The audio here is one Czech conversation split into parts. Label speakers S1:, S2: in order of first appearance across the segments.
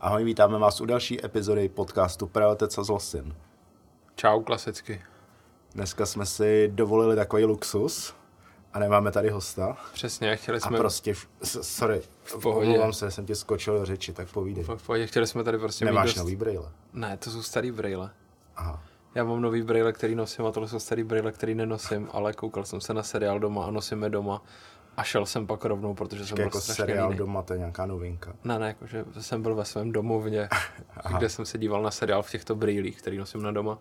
S1: Ahoj, vítáme vás u další epizody podcastu Preotec a Zlosin.
S2: Čau, klasicky.
S1: Dneska jsme si dovolili takový luxus a nemáme tady hosta.
S2: Přesně, chtěli
S1: A
S2: jsme...
S1: prostě, v- s- sorry, v
S2: pohodě.
S1: omlouvám se, jsem ti skočil do řeči, tak povídej.
S2: v pohodě, chtěli jsme tady prostě
S1: Nemáš
S2: mít dost...
S1: nový brýle.
S2: Ne, to jsou starý brýle.
S1: Aha.
S2: Já mám nový brýle, který nosím a tohle jsou starý brýle, který nenosím, ale koukal jsem se na seriál doma a nosím je doma. A šel jsem pak rovnou, protože jsem byl
S1: jako
S2: strašně
S1: seriál
S2: líný.
S1: doma, to je nějaká novinka.
S2: Ne, ne, jakože jsem byl ve svém domovně, kde jsem se díval na seriál v těchto brýlích, který nosím na doma.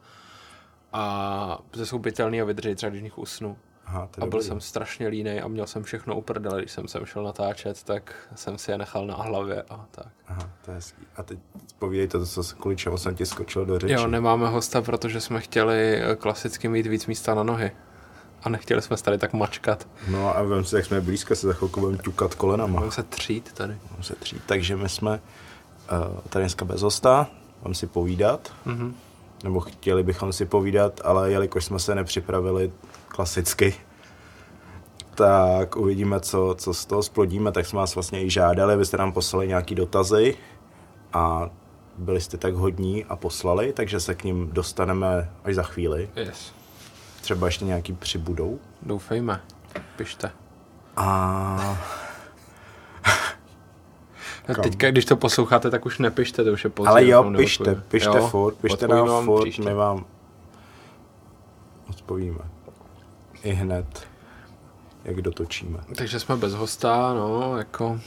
S2: A to jsou pitelný a vydrží třeba, když v nich usnu.
S1: Aha, to
S2: A
S1: je
S2: byl
S1: dobrý.
S2: jsem strašně línej a měl jsem všechno uprdele, když jsem sem šel natáčet, tak jsem si je nechal na hlavě a tak.
S1: Aha, to je hezký. A teď povídej to, co, kvůli čemu jsem ti skočil do řeči.
S2: Jo, nemáme hosta, protože jsme chtěli eh, klasicky mít víc místa na nohy. A nechtěli jsme se tady tak mačkat.
S1: No a vem si, jak jsme blízko, se za chvilku budeme ťukat kolenama.
S2: Budeme se třít tady.
S1: Budeme se třít. Takže my jsme uh, tady dneska bez hosta, budeme si povídat. Mm-hmm. Nebo chtěli bychom si povídat, ale jelikož jsme se nepřipravili klasicky, tak uvidíme, co, co z toho splodíme. Tak jsme vás vlastně i žádali, vy jste nám poslali nějaký dotazy a byli jste tak hodní a poslali, takže se k ním dostaneme až za chvíli.
S2: Yes.
S1: Třeba ještě nějaký přibudou.
S2: Doufejme. Pište.
S1: A
S2: A No, teďka, když to posloucháte, tak už nepište, to už je pozdě.
S1: Ale
S2: už
S1: jo,
S2: vám
S1: pište,
S2: neodpovím.
S1: pište jo, furt, pište
S2: odpovím
S1: nám furt,
S2: příště.
S1: my vám odpovíme. I hned, jak dotočíme.
S2: Takže jsme bez hosta, no, jako...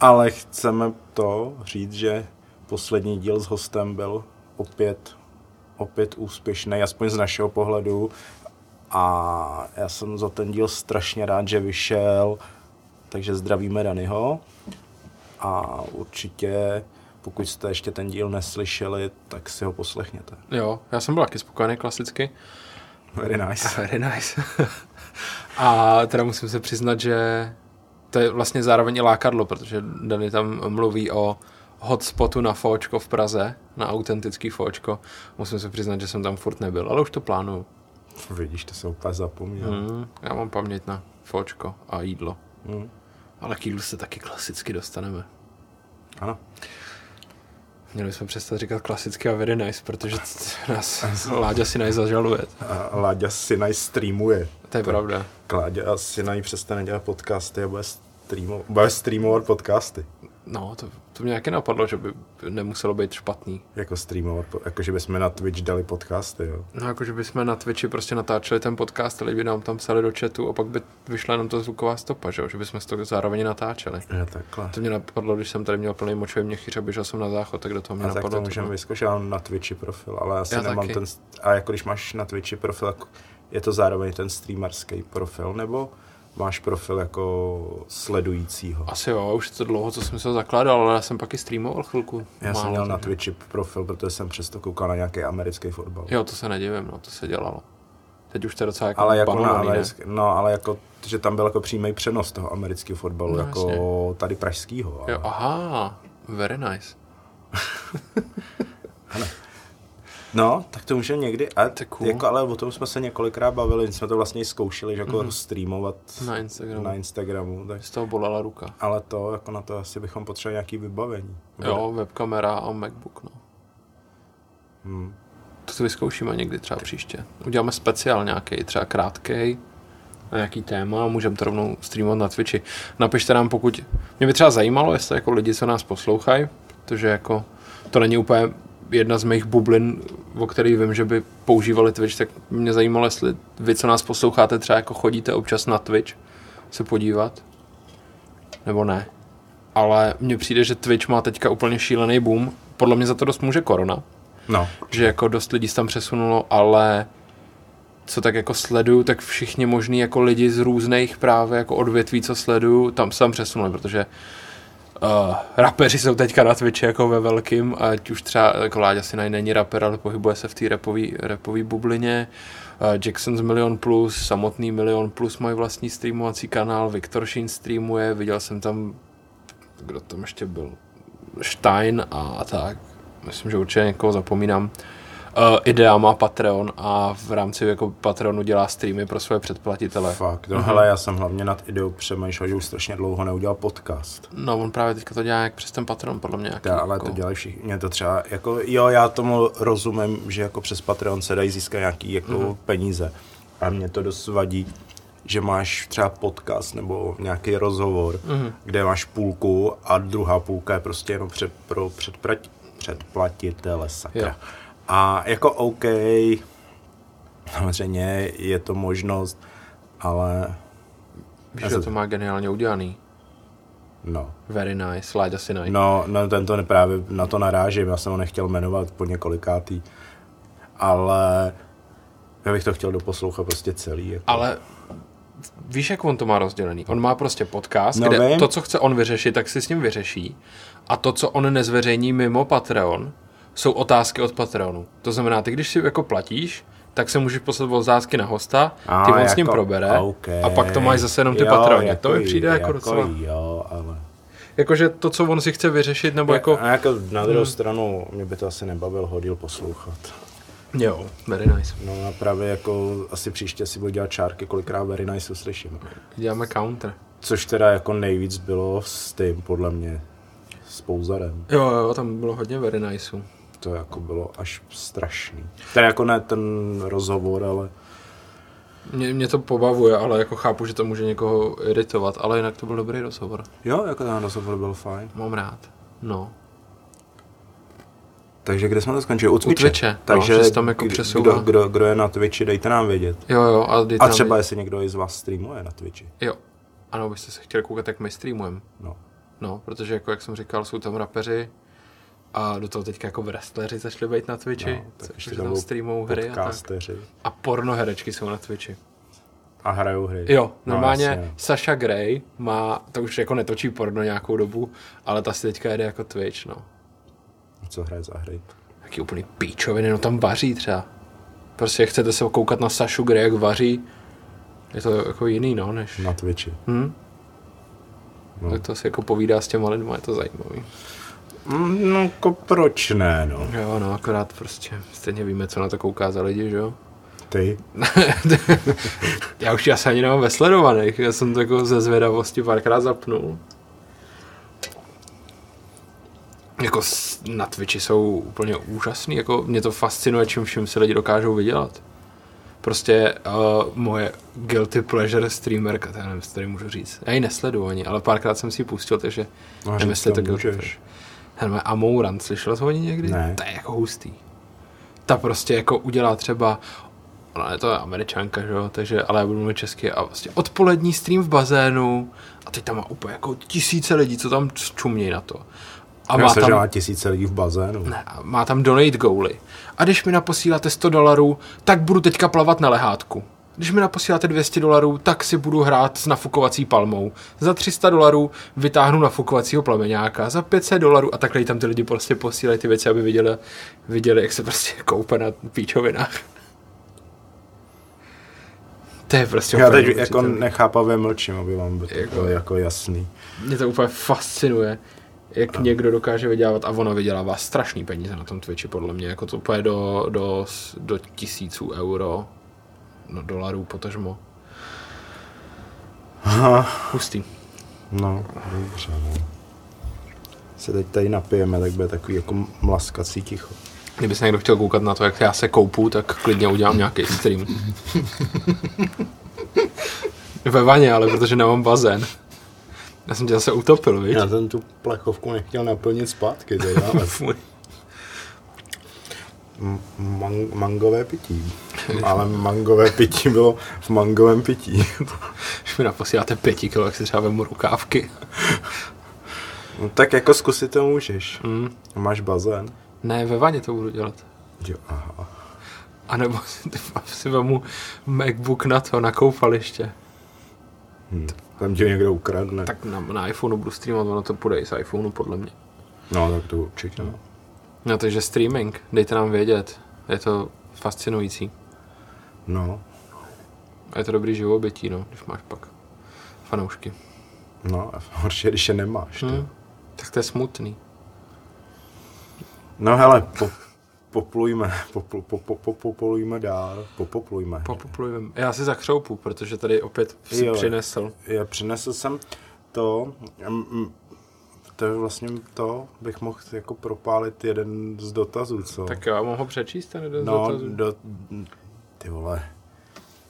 S1: Ale chceme to říct, že poslední díl s hostem byl opět, opět úspěšný, aspoň z našeho pohledu. A já jsem za ten díl strašně rád, že vyšel, takže zdravíme Danyho. A určitě, pokud jste ještě ten díl neslyšeli, tak si ho poslechněte.
S2: Jo, já jsem byl taky spokojený klasicky.
S1: Very nice.
S2: Very nice. a teda musím se přiznat, že to je vlastně zároveň i lákadlo, protože Dany tam mluví o hotspotu na fočko v Praze, na autentický fočko. Musím se přiznat, že jsem tam furt nebyl, ale už to plánuju.
S1: Vidíš, to jsem úplně zapomněl.
S2: Hmm, já mám paměť na fočko a jídlo.
S1: Mm.
S2: Ale k jídlu se taky klasicky dostaneme.
S1: Ano.
S2: Měli jsme přestat říkat klasicky a very nice, protože t- nás Láďa si nice zažaluje.
S1: A Láďa Sinaj streamuje.
S2: To je pravda.
S1: Kláďa Sinaj přestane dělat podcasty a bude, streamo- bude streamovat podcasty.
S2: No, to, to mě nějaké napadlo, že by nemuselo být špatný.
S1: Jako streamovat, po- jakože bychom na Twitch dali podcasty, jo.
S2: No jakože bychom na Twitchi prostě natáčeli ten podcast, ale by nám tam psali do chatu a pak by vyšla jenom ta zvuková stopa, že, jo? že bychom si to zároveň natáčeli.
S1: Jo, takhle.
S2: To mě napadlo, když jsem tady měl plný močový měchýř a běžel jsem na záchod, tak do toho mě
S1: A tak
S2: napadlo.
S1: to můžeme vyzkoušet, já mám na Twitchi profil, ale asi já
S2: Já
S1: nemám taky.
S2: taky.
S1: ten... st- A jako když máš na Twitchi profil, jako- je to zároveň ten streamerský profil, nebo máš profil jako sledujícího?
S2: Asi jo, už to dlouho, co jsem se zakládal, ale já jsem pak i streamoval chvilku.
S1: Já jsem
S2: Málo,
S1: měl na
S2: takže-
S1: Twitchi profil, protože jsem přesto koukal na nějaký americký fotbal.
S2: Jo, to se nedivím, no, to se dělalo. Teď už to je docela jako
S1: Ale jako na
S2: banovaný, ne?
S1: americk... no, ale jako, že tam byl jako přímý přenos toho amerického fotbalu, no,
S2: No,
S1: jako jasně. tady pražskýho. ale-
S2: Jo, aha, very nice.
S1: No, tak to můžeme někdy, a
S2: To je
S1: cool.
S2: cool.
S1: jako, ale o tom jsme se několikrát bavili, jsme to vlastně i zkoušeli, že jako mm-hmm. streamovat
S2: Mhm. Na Instagramu.
S1: na Instagramu, tak,
S2: Z toho bolela ruka.
S1: ale to, jako na to asi bychom potřebovali nějaký vybavení.
S2: Jo, webkamera a Macbook, no.
S1: Hmm.
S2: To si vyzkoušíme někdy třeba příště. Uděláme speciál nějaký, třeba krátký, na nějaký téma a můžeme to rovnou streamovat na Twitchi. Napište nám, pokud... Mě by třeba zajímalo, jestli jako lidi, co nás poslouchají, protože jako to není úplně jedna z mých bublin, o který vím, že by používali Twitch, tak mě zajímalo, jestli vy, co nás posloucháte, třeba jako chodíte občas na Twitch se podívat, nebo ne. Ale mně přijde, že Twitch má teďka úplně šílený boom. Podle mě za to dost může korona,
S1: No,
S2: že jako dost lidí se tam přesunulo, ale co tak jako sleduju, tak všichni možný jako lidi z různých právě jako odvětví, co sleduju, tam se tam přesunuli, protože uh, rapeři jsou teďka na Twitchi jako ve velkým, ať už třeba jako Láďa si není raper, ale pohybuje se v té rapový, rapový bublině. Uh, Jackson z Milion Plus, samotný Milion Plus mají vlastní streamovací kanál, Viktor Šín streamuje, viděl jsem tam, kdo tam ještě byl, Stein a tak. Myslím, že určitě někoho zapomínám. Uh, Idea má Patreon a v rámci jako Patreonu dělá streamy pro své předplatitele.
S1: Fakt,
S2: Mhm.
S1: no hele, já jsem hlavně nad ideou přemýšlel, že už strašně dlouho neudělal podcast.
S2: No, on právě teďka to dělá jak přes ten Patreon, podle mě. Nějaký,
S1: Já, ale
S2: jako.
S1: to dělají všichni. Mě to třeba, jako, jo, já tomu rozumím, že jako přes Patreon se dají získat nějaký jako
S2: Mhm.
S1: peníze. A mě to dost vadí, že máš třeba podcast nebo nějaký rozhovor,
S2: Mhm.
S1: kde máš půlku a druhá půlka je prostě jenom před, pro předprať, předplatitele, sakra.
S2: Jo.
S1: A jako OK, samozřejmě je to možnost, ale
S2: Víš, že to má geniálně udělaný.
S1: no.
S2: Very nice, Láďa si najde.
S1: No, no tento právě na to narážím, já jsem ho nechtěl jmenovat po několikátý, ale já bych to chtěl doposlouchat prostě celý. Jako.
S2: Ale víš, jak on to má rozdělený? On má prostě podcast,
S1: No,
S2: no, kde
S1: vím.
S2: vím. to, co chce on vyřešit, tak si s ním vyřeší. A to, co on nezveřejní mimo Patreon, jsou otázky od Patreonu. To znamená, ty když si jako platíš, tak se můžeš poslat otázky na hosta,
S1: A,
S2: ty on s ním
S1: jako,
S2: probere
S1: okay.
S2: a pak to máš zase jenom ty
S1: Jo,
S2: Patreony. to mi
S1: jí,
S2: přijde jako,
S1: jako
S2: docela...
S1: jí, Jo, ale...
S2: Jakože to, co on si chce vyřešit, nebo jako...
S1: A jako na druhou stranu, mě by to asi nebavil hodil poslouchat.
S2: Jo, very nice.
S1: No a právě jako asi příště si budu dělat čárky, kolikrát Very Nice uslyším.
S2: Děláme counter.
S1: Což teda jako nejvíc bylo s tím, podle mě, s Pouzarem.
S2: Jo, jo, tam bylo hodně very niceů.
S1: To jako bylo až strašný. Teda jako ne ten rozhovor, ale
S2: Mě, mě to pobavuje, ale jako chápu, že to může někoho iritovat, ale jinak to byl dobrý rozhovor.
S1: Jo, jako ten rozhovor byl fajn.
S2: Mám rád. No.
S1: Takže kde jsme to skončili? U Twitche.
S2: Twitche, no,
S1: Takže
S2: že se tam jako
S1: kdo-
S2: přesouvá.
S1: Kdo, kdo, kdo, je na Twitchi, dejte nám vědět.
S2: Jo, jo, a, dejte
S1: A
S2: nám
S1: třeba
S2: vědět.
S1: jestli někdo i z vás streamuje na Twitchi.
S2: Jo. Ano, byste se chtěli koukat, jak my streamujeme.
S1: No.
S2: No, protože jako, jak jsem říkal, jsou tam rapeři a do toho teďka jako wrestleri začali být na Twitchi,
S1: No,
S2: no,
S1: tak ještě
S2: takže
S1: tam
S2: tam
S1: budou
S2: streamou hry a tak.
S1: Podcasteři.
S2: A pornoherečky jsou na Twitchi.
S1: A hrajou hry.
S2: Jo, normálně
S1: No, jasně.
S2: Sasha Grey má, to už jako netočí porno nějakou dobu, ale ta si teďka jede jako Twitch, no.
S1: A no. Co hraje za hry?
S2: Jaký úplný píčoviny, no tam vaří třeba. Prostě chcete se koukat na Sašu Grey, jak vaří, je to jako jiný, no, než...
S1: Na Twitchi.
S2: Hm?
S1: No.
S2: No. Tak to si jako povídá s těma lidma, je to zajímavý.
S1: Mm, No, jako proč ne, no.
S2: Jo, no, akorát prostě stejně víme, co na to kouká za lidi, že jo?
S1: Ty.
S2: já už já se ani nemám ve sledovaných, já jsem to jako ze zvědavosti párkrát zapnul. Jako s- na Twitchi jsou úplně úžasný, jako mě to fascinuje, čím vším se lidi dokážou vydělat. Prostě uh, moje guilty pleasure streamerka, to já nevím, co tady můžu říct. Já ji nesleduju ani, ale párkrát jsem si ji pustil, takže
S1: No,
S2: nevím,
S1: říct
S2: jestli je
S1: to
S2: to guilty
S1: můžeš.
S2: pleasure. Hele, Amouran, slyšel jsi o ní někdy?
S1: Ne.
S2: To je jako hustý. Ta prostě jako udělá třeba, ona je to američanka, že jo, takže, ale já budu mluvit česky a vlastně odpolední stream v bazénu a teď tam má úplně jako tisíce lidí, co tam čumějí na to. A
S1: A
S2: má
S1: má
S2: tam,
S1: má tisíce lidí v bazénu.
S2: ne, a má tam donate goaly. A když mi naposíláte 100 dolarů, tak budu teďka plavat na lehátku. Když mi naposíláte 200 dolarů, tak si budu hrát s nafukovací palmou. Za 300 dolarů vytáhnu nafukovacího plameňáka, za 500 dolarů a takhle jí tam ty lidi prostě posílají ty věci, aby viděli, viděli jak se prostě koupe na píčovinách. To je prostě
S1: Já
S2: úplně
S1: teď jako
S2: neuvěřitelný.
S1: nechápavě mlčím, aby vám by to
S2: Jako-
S1: bylo jako jasný.
S2: Mě to úplně fascinuje, jak a. někdo dokáže vydělávat a ona vydělává strašný peníze na tom Twitchi, podle mě, jako to půjde do, do, s- do tisíců euro, no dolarů potažmo. Hustý.
S1: No, dobře, no. Se teď tady napijeme, tak bude takový jako mlaskací ticho.
S2: Kdyby se někdo chtěl koukat na to, jak já se koupu, tak klidně udělám nějaký stream. Ve vaně, ale protože nemám bazén. Já jsem tě zase utopil, viď?
S1: Já jsem tu plechovku nechtěl naplnit zpátky, teda, ale
S2: Fuj.
S1: m- man- mangové pití. Ale mangové pití bylo v mangovém pití.
S2: Když mi naposíláte pěti kilo, tak si třeba vemu rukávky.
S1: No, tak jako zkusit to můžeš.
S2: Mm.
S1: Hmm. Máš bazén?
S2: Ne, ve vaně to budu dělat.
S1: Jo, aha.
S2: A nebo si, si vemu MacBook na to, na koupaliště.
S1: Hm. Tam tě někdo ukradne.
S2: Tak na, na iPhoneu budu streamovat, ono to půjde i z iPhoneu podle mě.
S1: No, tak to určitě. No.
S2: No takže streaming, dejte nám vědět. Je to fascinující.
S1: no,
S2: A je to dobrý živobytí, no, když máš pak fanoušky.
S1: no, a horší, je, když je nemáš. Hmm.
S2: Hm? Tak to je smutný.
S1: No hele, po, poplujme, popl, po, po, po, poplujme dál, popoplujme.
S2: Popoplujeme. Já si zakřoupu, protože tady opět si
S1: Jo.
S2: přinesl.
S1: Já přinesl jsem to, mm, mm, to je vlastně to, bych mohl jako propálit jeden z dotazů, co?
S2: Tak jo, já mohu ho přečíst ten jeden
S1: no,
S2: z dotazů.
S1: do, ty vole.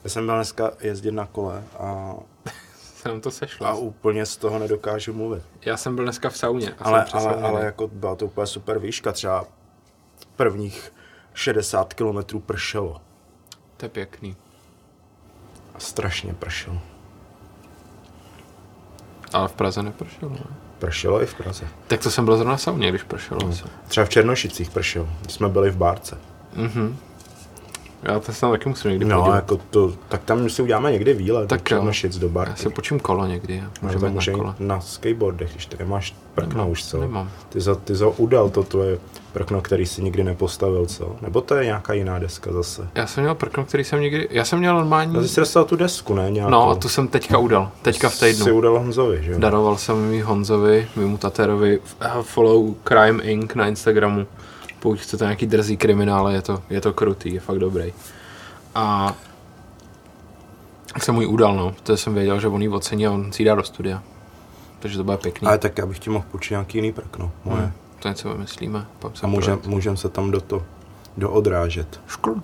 S1: Já jsem byl dneska jezdit na kole a,
S2: Se nám to sešlo.
S1: a úplně z toho nedokážu mluvit.
S2: Já jsem byl dneska v sauně.
S1: Ale,
S2: A jsem
S1: ale,
S2: přesauněný.
S1: ale jako byla to úplně super výška, třeba prvních 60 kilometrů pršelo.
S2: To je pěkný.
S1: Strašně pršelo.
S2: Ale v Praze nepršelo. ne?
S1: Pršelo i v Praze.
S2: Tak to jsem byl zrovna v sauně, když pršelo. asi.
S1: Třeba v Černošicích pršelo. Jsme byli v bárce.
S2: Mhm. Já to snad taky musím někdy
S1: No,
S2: podívat.
S1: jako to, tak tam si uděláme někdy výlet.
S2: Tak
S1: do
S2: jo.
S1: Černošic do
S2: Já
S1: bárky.
S2: si počím kolo někdy. a
S1: Můžeme
S2: Můžeme jít
S1: může
S2: na kole.
S1: jít na skateboardech, když tady máš prkna už, co?
S2: Nemám.
S1: Ty za, ty za udal to tvoje prkno, který si nikdy nepostavil, co? Nebo to je nějaká jiná deska zase?
S2: Já jsem měl prkno, který jsem někdy... Já jsem měl
S1: No, ty
S2: normální...
S1: jsi dostal tu desku, ne? Nějakou.
S2: No a tu jsem teďka udal. Teďka v týdnu.
S1: Jsi udal Honzovi, že jo?
S2: Daroval jsem ji Honzovi, mému tatérovi, f- eh, follow Crime Inc. na Instagramu. Pokud chcete nějaký drzý kriminále, je to, je to krutý, je fakt dobrý. A tak jsem mu ji udal, no, protože jsem věděl, že on ji ocení a on si ji dá do studia. Takže to bude pěkný.
S1: Ale tak já bych ti mohl půjčit nějaký jiný prkno, moje.
S2: Hm, To něco vymyslíme. Pak se
S1: A můžem, můžem se tam do to doodrážet.
S2: Škl.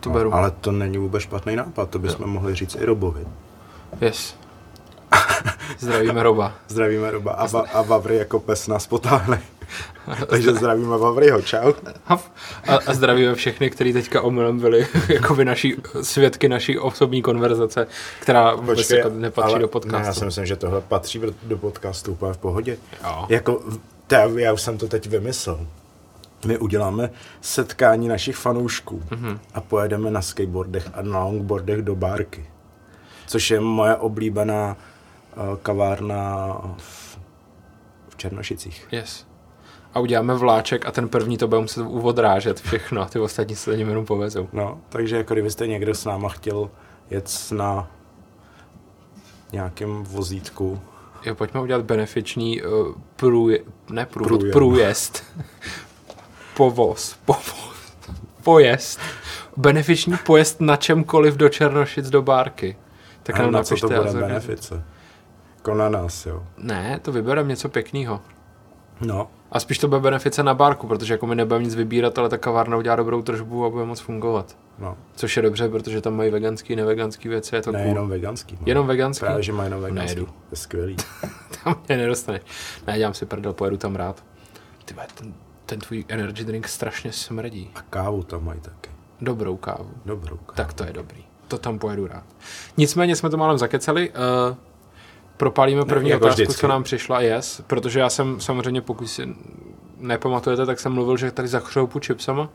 S2: To beru.
S1: Ale to není vůbec špatný nápad, to bychom mohli říct i Robovi.
S2: Yes. Zdravíme Roba.
S1: Zdravíme Roba a, va, a Vavry jako pes nás potáhne. Takže zdravíme Vavryho, čau.
S2: Hav. A, a zdravíme všechny, kteří teďka omylem byli jakoby naší, svědky naší osobní konverzace, která vůbec
S1: Počkej,
S2: jako nepatří
S1: ale- Ne,
S2: do
S1: já
S2: podcastu.
S1: si myslím, že tohle patří do- do podcastu úplně v pohodě.
S2: Jo.
S1: Jako, v- to já, já už jsem to teď vymyslel. My uděláme setkání našich fanoušků
S2: Mhm.
S1: mm-hmm. a pojedeme na skateboardech a na longboardech do bárky. Což je moje oblíbená eh, kavárna v, v Černošicích.
S2: Yes. A uděláme vláček a ten první to bude muset uvodrážet všechno a ty ostatní se za ním jenom povezou.
S1: No, takže jako kdybyste někdo s náma chtěl jet na nějakém vozítku,
S2: Jo, pojďme udělat benefiční uh, průje, ne průvod,
S1: Průjem.
S2: průjezd. Povoz. Povoz. Pojezd. Benefiční pojezd na čemkoliv do Černošic do bárky. Tak
S1: Ale
S2: nám
S1: na co to
S2: napište. a
S1: bude
S2: zorganizujeme.
S1: benefice? Jako na nás, jo.
S2: Ne, to vybereme něco pěkného.
S1: No,
S2: A spíš to bude benefice na bárku, protože jako my nebudeme nic vybírat, ale ta kavárna udělá dobrou tržbu a bude moc fungovat.
S1: no.
S2: Což je dobře, protože tam mají veganský, neveganský věci, je to
S1: Ne,
S2: cool.
S1: jenom veganský. No.
S2: Jenom veganský? No
S1: Právě, že mají jenom veganský.
S2: Nejedu.
S1: To je skvělý.
S2: Tam mě nedostane. Ne, dělám si prdel, pojedu tam rád. Ty vole, ten, ten tvůj energy drink strašně smrdí.
S1: A kávu tam mají taky.
S2: Dobrou kávu.
S1: Dobrou kávu.
S2: Tak to je dobrý. To tam pojedu rád. Nicméně jsme to málem zakeceli. Uh, propálíme první
S1: jako
S2: otázku,
S1: vždycky.
S2: co nám přišla, yes, protože já jsem samozřejmě, pokud si nepamatujete, tak jsem mluvil, že tady zachřoupu chipsama,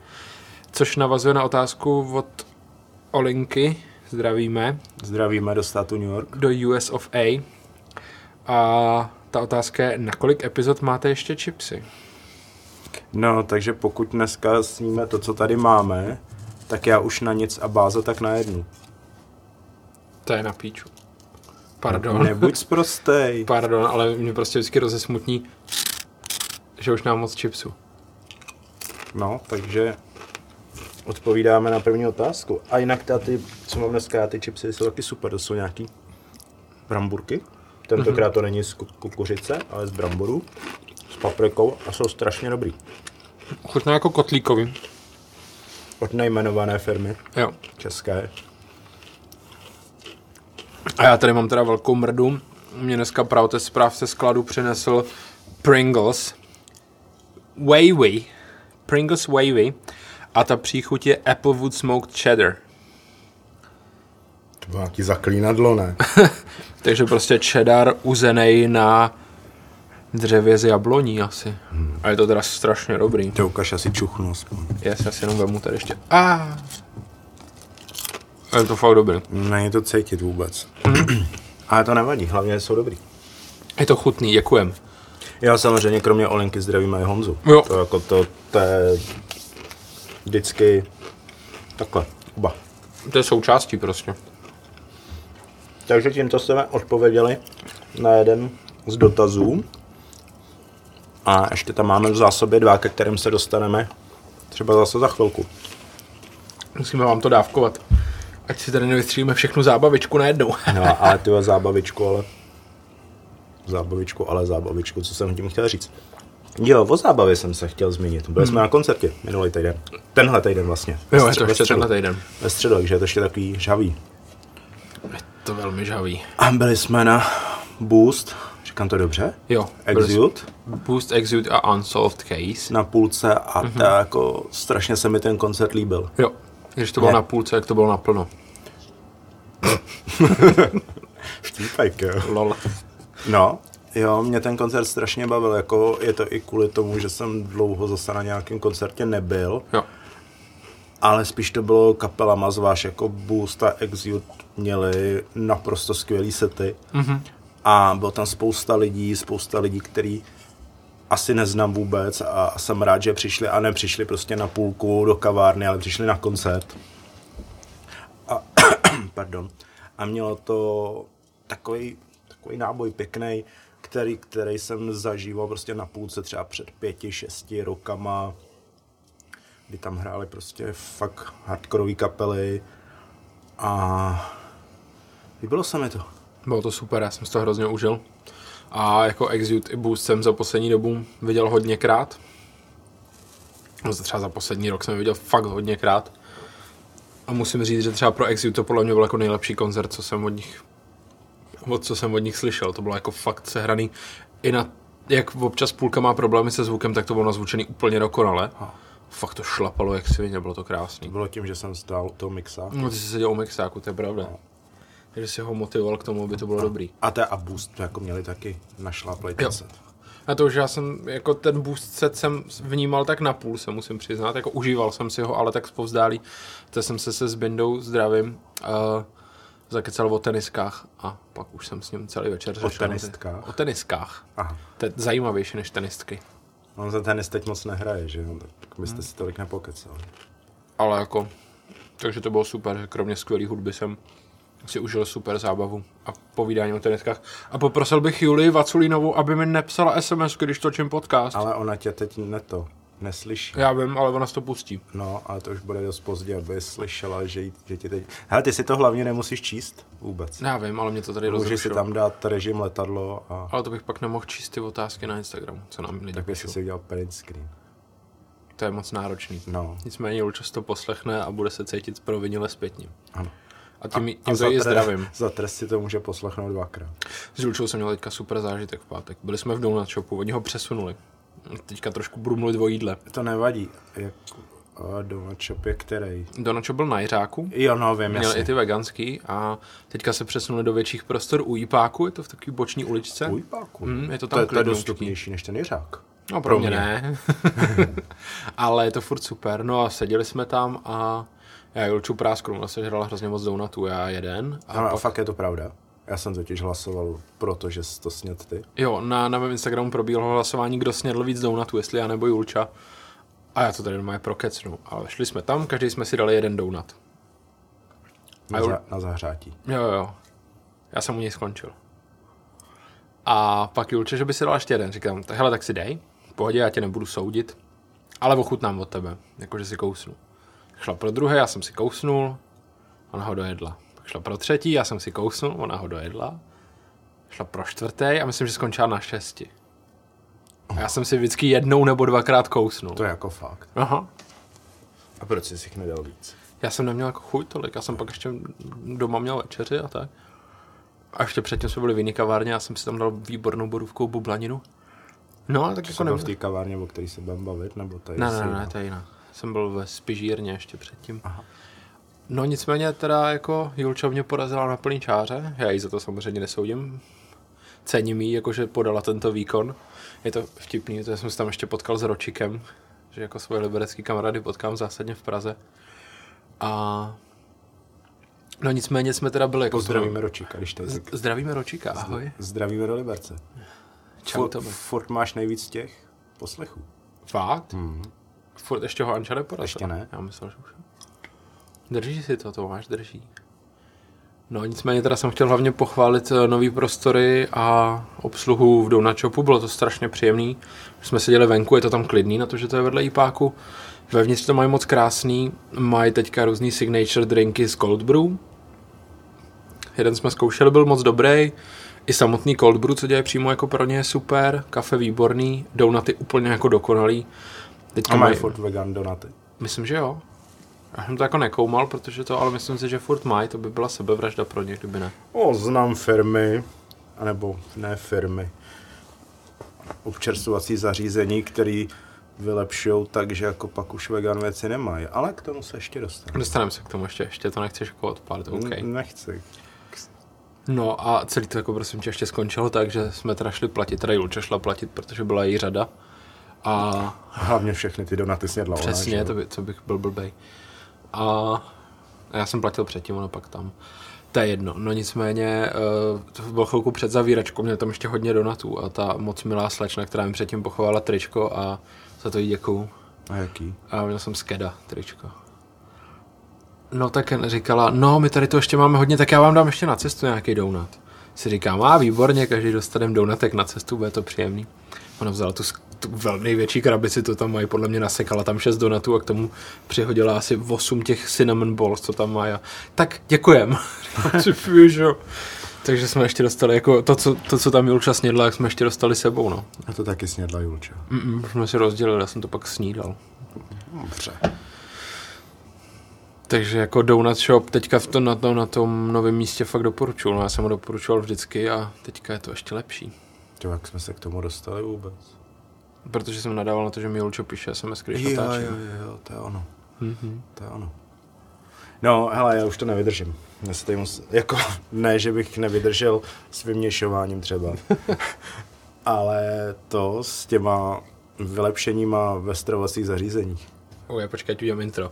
S2: což navazuje na otázku od Olinky, zdravíme,
S1: Zdravíme do státu New York.
S2: do US of A. A ta otázka je, na kolik epizod máte ještě chipsy?
S1: No, takže pokud dneska sníme to, co tady máme, tak já už na nic a báza tak na jednu.
S2: To je na píču. Pardon.
S1: Nebuď sprostej.
S2: Pardon, ale mě prostě vždycky rozesmutní, že už nám moc chipsů.
S1: No, takže odpovídáme na první otázku. A jinak ta ty, co mám dneska, já ty chipsy jsou taky super. To jsou nějaký bramburky. Tentokrát to není z ku- kukuřice, ale z bramborů. S paprikou a jsou strašně dobrý.
S2: Chutná jako kotlíkový.
S1: Od nejmenované firmy
S2: Jo.
S1: české.
S2: A já tady mám teda velkou mrdu. Mě dneska právě zpráv se skladu přinesl Pringles Wavy. Pringles Wavy. A ta příchuť je Applewood Smoked Cheddar.
S1: To bylo nějaký zaklínadlo, ne?
S2: Takže prostě cheddar uzenej na dřevě z jabloní asi. A je to teda strašně dobrý.
S1: To ukaž asi čuchnu aspoň.
S2: Já si asi jenom vemu tady ještě. A je to fakt dobrý.
S1: Není to cítit vůbec. Ale to nevadí, hlavně jsou dobrý.
S2: Je to chutný, děkujem.
S1: Já samozřejmě kromě Olenky zdravíme i Honzu.
S2: Jo.
S1: To jako to, to je vždycky takhle. Oba.
S2: To je součástí prostě.
S1: Takže tímto jsme odpověděli na jeden z dotazů. A ještě tam máme v zásobě dva, ke kterým se dostaneme Třeba zase za chvilku.
S2: Musíme vám to dávkovat. Ať si tady nevystřílíme všechnu zábavičku najednou.
S1: No, ale ty zábavičku, ale... Zábavičku, ale zábavičku, co jsem tím chtěl říct. Jo, o zábavě jsem se chtěl zmínit. Byli jsme na koncertě minulý týden. Tenhle týden vlastně. Ve
S2: jo, je
S1: střed-
S2: to
S1: ve
S2: ještě
S1: středu.
S2: Prostě tenhle týden.
S1: Ve středu, takže je to ještě takový žavý.
S2: Je to velmi žavý.
S1: A byli jsme na Boost, říkám to dobře?
S2: Jo. byli jsme-
S1: Exude.
S2: Boost, Exude a Unsolved Case.
S1: Na půlce a mm-hmm. ta jako strašně se mi ten koncert líbil.
S2: Jo. Když to bylo
S1: Ne.
S2: na půlce, jak to bylo naplno.
S1: Štípek, jo.
S2: Lol.
S1: No, jo, mě ten koncert strašně bavil, jako je to i kvůli tomu, že jsem dlouho zase na nějakém koncertě nebyl,
S2: Jo.
S1: ale spíš to bylo kapelama, zvlášť jako Boost a Exude měli naprosto skvělý sety mm-hmm. a bylo tam spousta lidí, spousta lidí, který asi neznám vůbec a jsem rád, že přišli a nepřišli prostě na půlku do kavárny, ale přišli na koncert. A, pardon. A mělo to takový, takový náboj pěkný, který, který jsem zažíval prostě na půlce třeba před pěti, šesti rokama, kdy tam hráli prostě fakt hardkorové kapely a líbilo se mi to.
S2: Bylo to super, já jsem si to hrozně užil. A jako Exude i Boost jsem za poslední dobu viděl hodněkrát. No, za- Třeba za poslední rok jsem je viděl fakt hodněkrát. A musím říct, že třeba pro Exude to podle mě byl jako nejlepší koncert, co jsem od nich od co jsem od nich slyšel. To bylo jako fakt sehraný. I na, jak občas půlka má problémy se zvukem, tak to bylo nazvučený úplně dokonale. Fakt to šlapalo, jak svině, bylo to krásný.
S1: Bylo tím, že jsem stál u toho mixa.
S2: No, ty jsi seděl u Mexáku, to je pravda. Takže si ho motivoval k tomu, aby to bylo dobrý.
S1: A té a Boost to jako měli taky našláplej
S2: Jo.
S1: ten set.
S2: A to, že já jsem jako ten boost set jsem vnímal tak napůl, se musím přiznat, jako užíval jsem si ho, ale tak zpovzdálí. To jsem se se s Bindou zdravím, uh, zakecal o teniskách a pak už jsem s ním celý večer řešil.
S1: tenistkách?
S2: O teniskách.
S1: Aha.
S2: To je zajímavější než tenistky.
S1: On za tenis teď moc nehraje, že jo? Tak byste si tolik nepokecali.
S2: Ale jako, takže to bylo super, že kromě skvělé hudby jsem si užil super zábavu a povídání o teniskách. A poprosil bych Julii Vaculínovou, aby mi nepsala SMS, když točím podcast. Ale...
S1: Ale ona tě teď neto neslyší.
S2: Já vím, ale ona si to pustí.
S1: No, ale to už bude dost pozdě, aby slyšela, že, jí- že ti teď... Hele, ty si to hlavně nemusíš číst vůbec.
S2: Já vím, ale mě to tady
S1: Můžeš si
S2: rozrušilo.
S1: tam dát režim letadlo a
S2: Ale to bych pak nemohl číst ty otázky na Instagramu, co nám lidi
S1: tak
S2: píšou.
S1: jestli si udělal print screen.
S2: To je moc náročný.
S1: No,
S2: Nicméně Julčo si to poslechne a bude se cítit provinile zpětně.
S1: ano.
S2: A tím, tím
S1: A
S2: to i
S1: tre-
S2: zdravím.
S1: za trest si to může poslechnout dvakrát.
S2: S Julčou jsem měl teďka super zážitek v pátek. Byli jsme v Donut Shopu, oni ho přesunuli. Teďka trošku budu mluvit o jídle.
S1: To nevadí. Jak a donut shop je který?
S2: Donut Shop byl na Jiřáku,
S1: Jo, no, vím,
S2: měl i
S1: jasně.
S2: ty veganský a teďka se přesunuli do větších prostor u Jípáku, je to v takové boční uličce.
S1: Uj, páku.
S2: Mm, je to
S1: to,
S2: tam
S1: je- to je
S2: klidnoučký.
S1: dostupnější než ten jeřák.
S2: No pro,
S1: Pro
S2: mě,
S1: mě.
S2: ne. Ale je to furt super. No a seděli jsme tam a já Julču prásknu, ona se žrala vlastně, hrozně moc donutů, já jeden. A
S1: Ale a fakt je to pravda. Já jsem totiž hlasoval, protože jsi to sněd ty.
S2: jo, na, na mém Instagramu probíhalo hlasování, kdo snědl víc donutů, jestli já nebo Julča. A já to tady normálně prokecnu. Ale šli jsme tam, každý jsme si dali jeden donut.
S1: Na,
S2: A jo.
S1: za, na zahřátí.
S2: Jo, jo, jo. Já jsem u něj skončil. A pak Julče, že by si dal ještě jeden. Říkám, tak hele, tak si dej. V pohodě, já tě nebudu soudit. Ale ochutnám od tebe. Jakože si kousnu. Šla pro druhé, já jsem si kousnul. Ona ho dojedla. Pak šla pro třetí, já jsem si kousnul. Ona ho dojedla. Šla pro čtvrtý a myslím, že skončila na šesti. A já jsem si vždycky jednou nebo dvakrát kousnul.
S1: To je jako fakt.
S2: Aha.
S1: A proč jsi jich nedal víc?
S2: Já jsem neměl jako chuť tolik, já jsem pak ještě doma měl večeři a tak. A ještě předtím jsme byli v jiný kavárně, já jsem si tam dal výbornou borůvkou bublaninu. No, a tak jako
S1: Jako byl
S2: nevím.
S1: v té kavárně, o který se budeme bavit, nebo tady
S2: Ne,
S1: si-
S2: ne, ne, ne, to je jiná. Jsem byl ve Spižírně ještě předtím. Aha. No nicméně teda jako Julča mě porazila na plný čáře, já jí za to samozřejmě nesoudím. Cením jí, jakože podala tento výkon. Je to vtipný, to jsem se tam ještě potkal s Ročikem, že jako svoje liberecký kamarády potkám zásadně v Praze. A No nicméně jsme teda byli jako...
S1: Pozdravíme Ročíka, když to je. tak.
S2: Zdravíme Ročika, ahoj.
S1: Zdravíme do Liberce.
S2: Čau
S1: Furt-
S2: tobě.
S1: Furt máš nejvíc těch poslechů.
S2: Fakt? Mm. Furt ještě ho Anča neporazil.
S1: Mhm. Ještě ne.
S2: Já myslel, že už. jo. Drží si to, to máš, drží. No nicméně teda jsem chtěl hlavně pochválit eh, nový prostory a obsluhu v Donut Shopu, bylo to strašně příjemný. Jsme seděli venku, je to tam klidný na to, že to je vedle IPáku. Vevnitř to mají moc krásný, mají teďka různý signature drinky z cold brew. Jeden jsme zkoušeli, byl moc dobrý. I samotný cold brew, co dělají přímo jako pro ně, je super. Kafe výborný, donaty úplně jako dokonalý. Teďka
S1: A mají furt vegan donaty.
S2: Myslím, že jo. Já jsem to jako nekoumal, protože to, ale myslím si, že furt mají, to by byla sebevražda pro ně, kdyby ne.
S1: O, No, znám firmy, anebo ne firmy, občerstvovací zařízení, který vylepšují tak, že jako pak už vegan věci nemají. Ale k tomu se ještě dostanu.
S2: Dostaneme se k tomu ještě, ještě to nechceš jako odpálit, OK.
S1: N- Nechci.
S2: No a celý to jako prosím tě ještě skončilo tak, že jsme teda šli platit, teda Julča šla platit, protože byla její řada. A
S1: Hlavně všechny ty donaty snědla ona, že
S2: Přesně,
S1: jo?
S2: to, by, to bych byl blbej. A já jsem platil předtím, ona pak tam. To je jedno. No nicméně, eh, to bylo chvilku před zavíračkou, měl tam ještě hodně donatů a ta moc milá slečna, která mi předtím pochovala tričko a za to jí děkuju.
S1: A jaký?
S2: A měl jsem skeda tričko. No tak říkala, no my tady to ještě máme hodně, tak já vám dám ještě na cestu nějaký donut. Si říkám, a výborně, každý dostaneme donatek na cestu, bude to příjemný. Ona vzala tu, sk- tu velmi největší krabici, to tam mají, podle mě nasekala tam šest donatů a k tomu přihodila asi 8 těch cinnamon balls, co tam mají. A, tak děkujem. Připuju, že jo. Takže jsme ještě dostali, jako to, co, to, co tam Julča snědla, jak jsme ještě dostali sebou, no.
S1: A to taky snědla Julča.
S2: Mm, mm, jsme si rozdělili, já jsem to pak snídal.
S1: Dobře.
S2: Takže jako donut shop teďka v tom, na, tom, na tom novém místě fakt doporučuju. No, já jsem ho doporučoval vždycky a teďka je to ještě lepší.
S1: To jak jsme se k tomu dostali vůbec?
S2: Protože jsem nadával na to, že mi Julčo píše SMS, když natáčím.
S1: jo, to je ono.
S2: Mhm.
S1: To je ono. No, hele, já už to nevydržím. Já se tady mus... jako, ne, že bych nevydržel s vyměšováním třeba. Ale to s těma vylepšeníma ve stravovacích zařízeních.
S2: O, já počkej, ať udělám intro.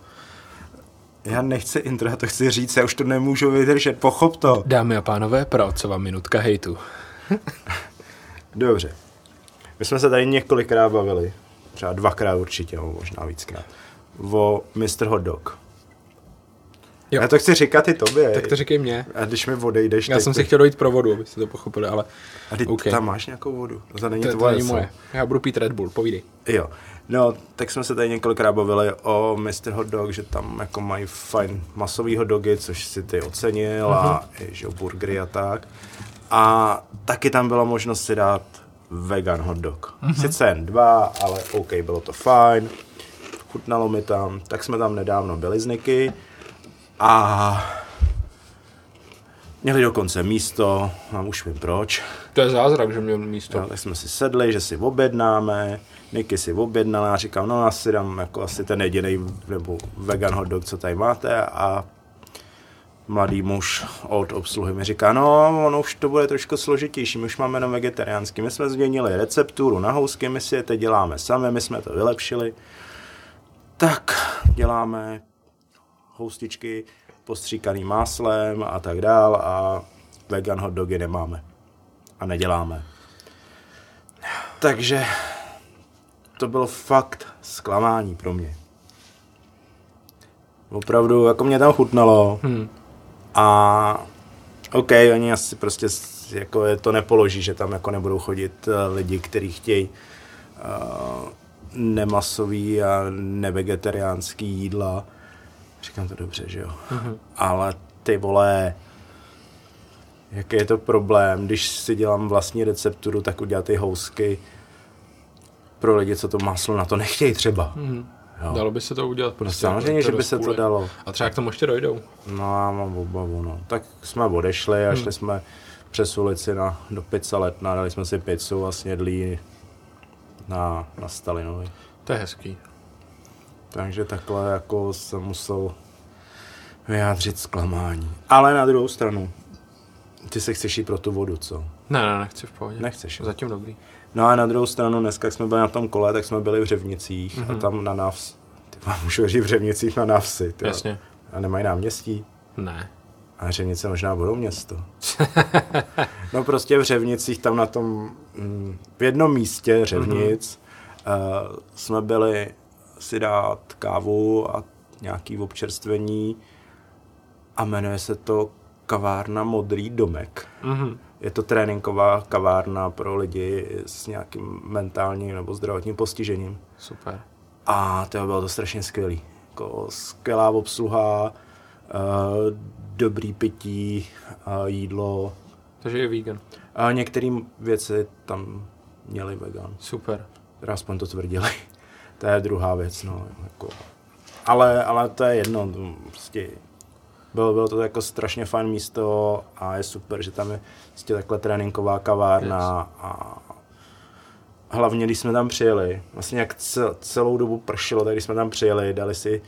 S1: Já nechci intro, já to chci říct, já už to nemůžu vydržet, pochop to.
S2: Dámy a pánové, pravcová minutka hejtu.
S1: Dobře. My jsme se tady několikrát bavili, třeba dvakrát určitě, nebo možná víckrát, o Mr. Hot Dog.
S2: Jo.
S1: Já to chci říkat i tobě.
S2: Tak to říkej mě.
S1: A když mi odejdeš,
S2: Já
S1: tak
S2: jsem
S1: to-
S2: si chtěl dojít pro vodu, abyste to pochopili, ale
S1: A ty
S2: OK.
S1: okay. tam máš nějakou vodu? No, To není
S2: to, to
S1: tvoje,
S2: není
S1: co?
S2: moje. Já budu pít Red Bull, povídej.
S1: Jo. No, tak jsme se tady několikrát bavili o Mr. Hot Dog, že tam jako mají fajn masový hot dogy, což si ty ocenil
S2: Mhm.
S1: a i, že jo, burgery a tak. A taky tam byla možnost si dát vegan hot dog.
S2: Mhm.
S1: Sice jen dva, ale OK, bylo to fajn. Chutnalo mi tam, tak jsme tam nedávno byli s Niky a měli dokonce místo, a už vím proč,
S2: To je zázrak, že měl místo.
S1: Jo, tak jsme si sedli, že si objednáme, Niky si objednala, já říkám, no já si dám jako asi ten jediný nebo vegan hot dog, co tady máte a mladý muž od obsluhy mi říká, no ono už to bude trošku složitější, my už máme jenom vegetariánský, my jsme změnili recepturu na housky, my si je teď děláme sami, my jsme to vylepšili, tak děláme houstičky postříkaný máslem a tak dál a vegan hot dogy nemáme a neděláme. Takže to bylo fakt zklamání pro mě. Opravdu, jako mě tam chutnalo. Hmm. A OK, oni asi prostě s- jako je to nepoloží, že tam jako nebudou chodit eh, lidi, kteří chtějí uh, nemasový a nevegetariánský jídla. Říkám to dobře, že jo? Hmm. Ale ty vole, jaký je to problém, když si dělám vlastní recepturu, tak udělat ty housky pro lidi, co to máslo na to nechtějí třeba. Hmm. Jo.
S2: Dalo by se to udělat. Prostě,
S1: samozřejmě,
S2: je to
S1: že by
S2: dost
S1: se to
S2: cool.
S1: dalo.
S2: A třeba k tomu ještě dojdou.
S1: No já mám obavu, no. Tak jsme odešli a
S2: Hmm.
S1: šli jsme přes ulici na, do pizza letna, dali jsme si pizzu a snědlí na, na Stalinovi.
S2: To je hezký.
S1: Takže takhle jako jsem musel vyjádřit zklamání. Ale na druhou stranu, ty se chceš jít pro tu vodu, co?
S2: Ne, ne, nechci v pohodě.
S1: Nechceš.
S2: Zatím dobrý.
S1: No a na druhou stranu, dneska jak jsme byli na tom kole, tak jsme byli v Řevnicích
S2: Mhm.
S1: mm-hmm. a tam na návs... Ty vám můžu říct v Řevnicích na návsi. Ty,
S2: Jasně.
S1: A nemají náměstí.
S2: Ne.
S1: A Řevnice možná budou město. no prostě v Řevnicích, tam na tom, mm, v jednom místě Řevnic, mm-hmm. uh, jsme byli si dát kávu a nějaký občerstvení a jmenuje se to kavárna Modrý domek.
S2: Mhm.
S1: Je to tréninková kavárna pro lidi s nějakým mentálním nebo zdravotním postižením.
S2: Super.
S1: A to bylo to strašně skvělý. Jako skvělá obsluha, eh, dobrý pití, eh, jídlo.
S2: Takže je vegan.
S1: A některé věci tam měli vegan.
S2: Super.
S1: Teda aspoň to tvrdili. to je druhá věc, no. Jako. Ale, ale to je jedno, to prostě bylo, bylo to jako strašně fajn místo a je super, že tam je prostě takhle tréninková kavárna a hlavně, když jsme tam přijeli, vlastně jak ce- celou dobu pršelo, tak když jsme tam přijeli, dali si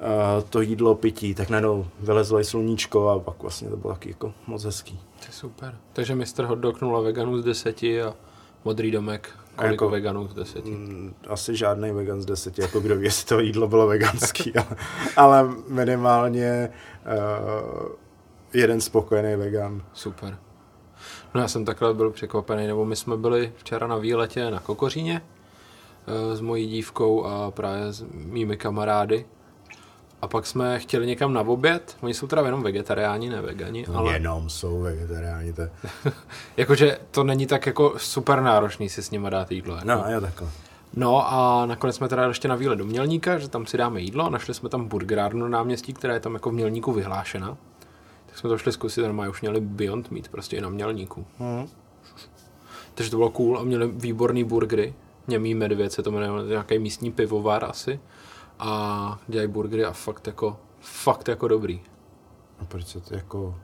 S1: eh, to jídlo, pití, tak najednou vylezlo i sluníčko a pak vlastně to bylo taky jako moc hezký.
S2: To je super. Takže mistr Hotdog 0 veganů z 10 a modrý domek kolik
S1: jako-
S2: jako... veganů z 10.
S1: Mm, Asi žádný vegan z deseti, jako kdo ví, jestli to jídlo bylo veganský, ale, ale minimálně uh, jeden spokojený vegan.
S2: Super. No já jsem takhle byl překvapený, nebo my jsme byli včera na výletě na Kokoříně eh, s mojí dívkou a právě s mými kamarády. A pak jsme chtěli někam na oběd, oni jsou teda jenom vegetariáni, ne vegani,
S1: No.
S2: ale
S1: Jenom jsou vegetariáni. To... je-
S2: jakože to není tak jako super náročný si s nimi dát jídlo. jako.
S1: No, jo, takhle.
S2: No a nakonec jsme teda ještě na výlet do Mělníka, že tam si dáme jídlo a našli jsme tam burgerárnu na náměstí, která je tam jako v Mělníku vyhlášena. Tak jsme to šli zkusit, normálně už měli Beyond Meat prostě i na Mělníku.
S1: Hmm.
S2: Takže to bylo cool a měli výborný burgery. Němý medvěd se to jmenuje, nějaký místní pivovar asi. A dělají burgery a fakt jako, fakt jako dobrý.
S1: A proč se to jako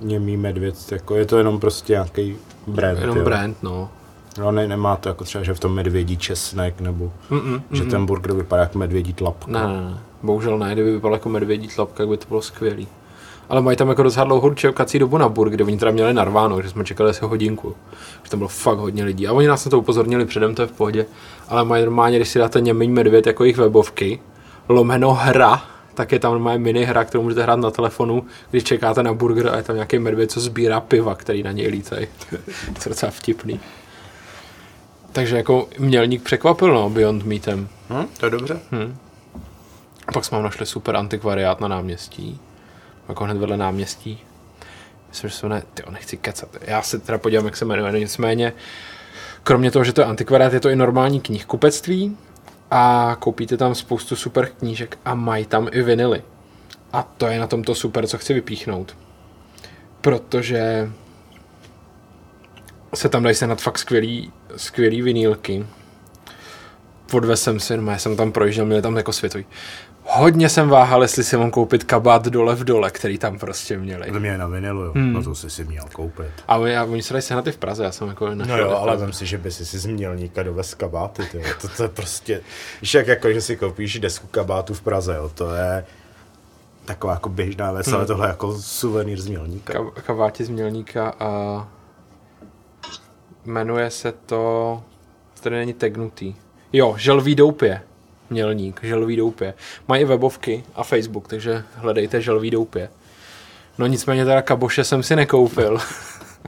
S1: němý medvěd, jako je to jenom prostě nějaký brand.
S2: Jenom
S1: jo?
S2: brand, no.
S1: No, ne, nemá to jako třeba, že v tom medvědí česnek, nebo
S2: Mm-mm.
S1: že ten burger vypadá jako medvědí tlapka.
S2: Ne, ne, ne. Bohužel ne, kdyby vypadal jako medvědí tlapka, jak by to bylo skvělý. Ale mají tam jako docela dlouhou čekací dobu na burg, kde oni teda měli narváno, že jsme čekali asi hodinku. Že tam bylo fakt hodně lidí. A oni nás na to upozornili předem, to je v pohodě. Ale mají normálně, když si dáte němý medvěd jako jejich webovky, lomeno hra, tak je tam normálně mini hra, kterou můžete hrát na telefonu, když čekáte na burger a je tam nějaký medvěd, co sbírá piva, který na něj lítají. to je docela vtipný. Takže jako mělník překvapil, no, Beyond Meatem.
S1: Hm? To je dobře.
S2: A pak jsme vám našli super antikvariát na náměstí. Jako hned vedle náměstí. Myslím, že se jmenuje... Tyjo, nechci kecat. Já se teda podívám, jak se jmenuje. No Nicméně, kromě toho, že to je antikvariát, je to i normální knihkupectví. A koupíte tam spoustu super knížek a mají tam i vinily. A to je na tomto super, co chci vypíchnout. Protože se tam dají sehnat fakt skvělý, skvělý vinýlky odvez jsem si, no, já jsem tam projížděl, měli tam jako světový. Hodně jsem váhal, jestli si mám koupit kabát dole v dole, který tam prostě měli.
S1: To mě na vinilu, jo. Hmm. No to jsi si měl koupit.
S2: A oni, a oni se dají sehnat i v Praze, já jsem jako
S1: No
S2: našel.
S1: jo, ale vem si, že by si si změl něka dovez kabáty, ty, jo. to, to je prostě, víš, jak jako, že si koupíš desku kabátů v Praze, jo, to je taková jako běžná
S2: Hmm.
S1: věc, ale tohle je jako suvenýr z Mělníka.
S2: Ka- kabáti z Mělníka a jmenuje se to, tady není tagnutý. Jo, Želví doupě. Mělník, Želví doupě. Mají i webovky a Facebook, takže hledejte Želví doupě. No nicméně teda kaboše jsem si nekoupil.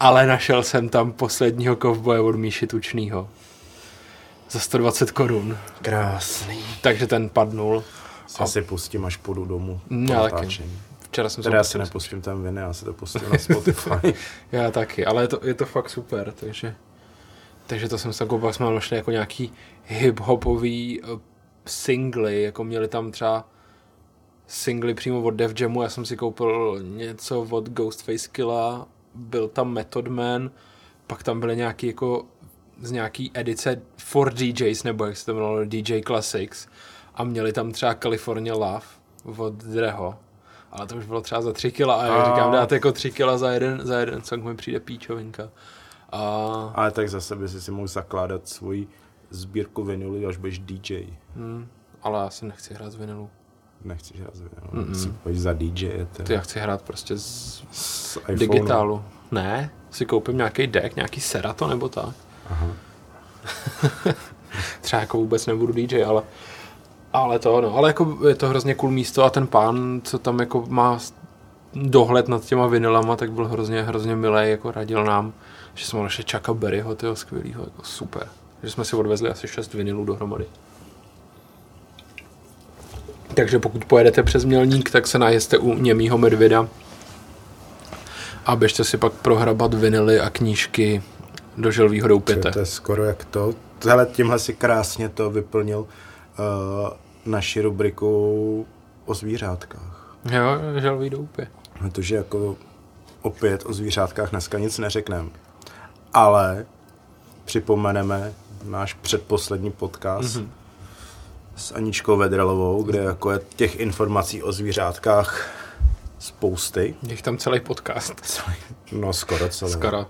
S2: Ale našel jsem tam posledního kovboje od Míši Tučnýho. Za 120 korun.
S1: Krásný.
S2: Takže ten padnul.
S1: Já si pustím, až půjdu domů. po
S2: Já No, taky.
S1: natáčení.
S2: Včera jsem se
S1: Teda já si nepustím tam viny, já si to pustím na Spotify.
S2: Já taky, ale je to, je to fakt super, takže... Takže to jsem se koupil, jsme našli jako nějaký hip-hopový eh, singly, jako měli tam třeba singly přímo od Def Jamu, já jsem si koupil něco od Ghostface Killa, byl tam Method Man, pak tam byly nějaký jako z nějaký edice for DJs, nebo jak se to jmenovalo, DJ Classics a měli tam třeba California Love od Dreho, ale to už bylo třeba za tři kila a já
S1: A.
S2: říkám, dát jako tři kila za jeden, za jeden song mi přijde píčovinka. A
S1: ale tak zase by si si mohl zakládat svoji sbírku vinilů, až budeš DJ.
S2: Hmm, ale já si nechci hrát z vinilu.
S1: Nechceš hrát z vinilu, si pojď za DJ.
S2: Hmm, Ty já chci hrát prostě z
S1: Z iPhoneu.
S2: digitálu. Ne, si koupím nějaký deck, nějaký Serato nebo tak.
S1: Aha.
S2: Třeba jako vůbec nebudu DJ, ale ale to no, ale jako je to hrozně cool místo a ten pán, co tam jako má s- dohled nad těma vinilama, tak byl hrozně, hrozně milý, jako radil nám, že jsme našli Chucka Berryho, toho skvělýho, jako super. Že jsme si odvezli asi šest vinilů dohromady. Takže pokud pojedete přes Mělník, tak se najeste u němýho medvěda a běžte si pak prohrabat vinily a knížky do želvýho doupěte.
S1: To je skoro jak to, Hele, tímhle si krásně to vyplnil uh, naši rubriku o zvířátkách.
S2: Jo, žalví doupě.
S1: Protože jako opět o zvířátkách dneska nic neřekneme. Ale připomeneme náš předposlední podcast mm-hmm. s Aničkou Vedrelovou, kde jako je těch informací o zvířátkách spousty.
S2: Nech tam celý podcast.
S1: No skoro celé.
S2: Skoro.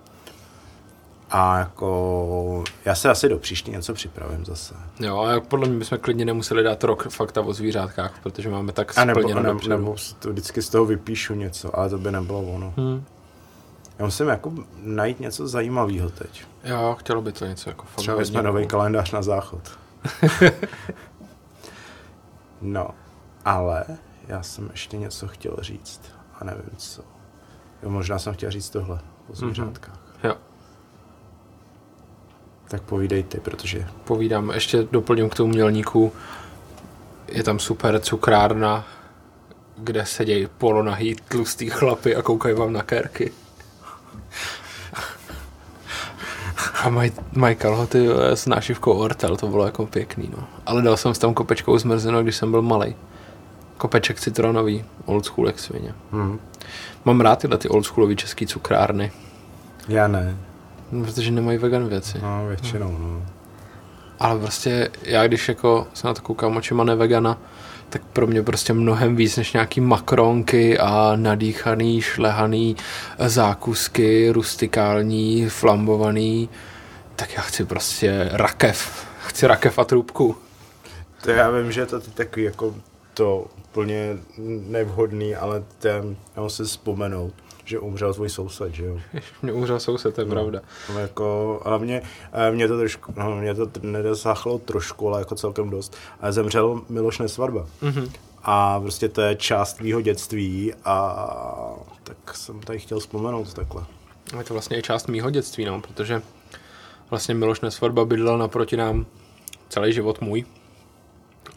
S1: A jako já se asi do příště něco připravím zase.
S2: Jo, a podle mě bychom klidně nemuseli dát rok fakta o zvířátkách, protože máme tak
S1: A nebo,
S2: splněno
S1: nebo,
S2: dopředu.
S1: nebo z- to vždycky z toho vypíšu něco, ale to by nebylo ono.
S2: Hm.
S1: Já musím jako najít něco zajímavého teď.
S2: Jo, chtělo by to něco jako fakt.
S1: Třeba
S2: hodně.
S1: vezme nový kalendář na záchod. no, ale já jsem ještě něco chtěl říct a nevím co. Jo, možná jsem chtěl říct tohle o
S2: Mhm.
S1: zvířátkách.
S2: Jo,
S1: Tak povídejte, protože
S2: povídám. Ještě doplním k tomu mělníku. Je tam super cukrárna, kde sedějí polonahý tlustý chlapy a koukají vám na kérky. A mají maj kalhoty eh, s nášivkou Ortel, to bylo jako pěkný, no. Ale dal jsem si tam kopečkou zmrzeno, když jsem byl malý. Kopeček citronový, old school jak svině.
S1: hm,
S2: Mám rád tyhle ty old schoolový český cukrárny,
S1: já ne,
S2: no, protože nemají vegan věci.
S1: no většinou, no.
S2: Ale prostě já, když jako se na to koukám očima nevegana, tak pro mě prostě mnohem víc než nějaký makronky a nadýchaný, šlehaný zákusky, rustikální, flambovaný, tak já chci prostě rakev. Chci rakev a trubku.
S1: To já vím, že je to teď takový jako to úplně nevhodný, ale ten, já musím vzpomenout, že umřel tvůj soused, že jo.
S2: Mě umřel soused, to je pravda.
S1: No, Jako, ale mě, eh, mě to trošku, no, mě to t- nedosáhlo trošku, ale jako celkem dost. Ale zemřel Miloš Nesvarba. Mm-hmm. A prostě to je část tvýho dětství a tak jsem tady chtěl vzpomenout takhle.
S2: Je to vlastně i část mýho dětství, no, protože vlastně Miloš Nesvorba bydlel naproti nám celý život můj.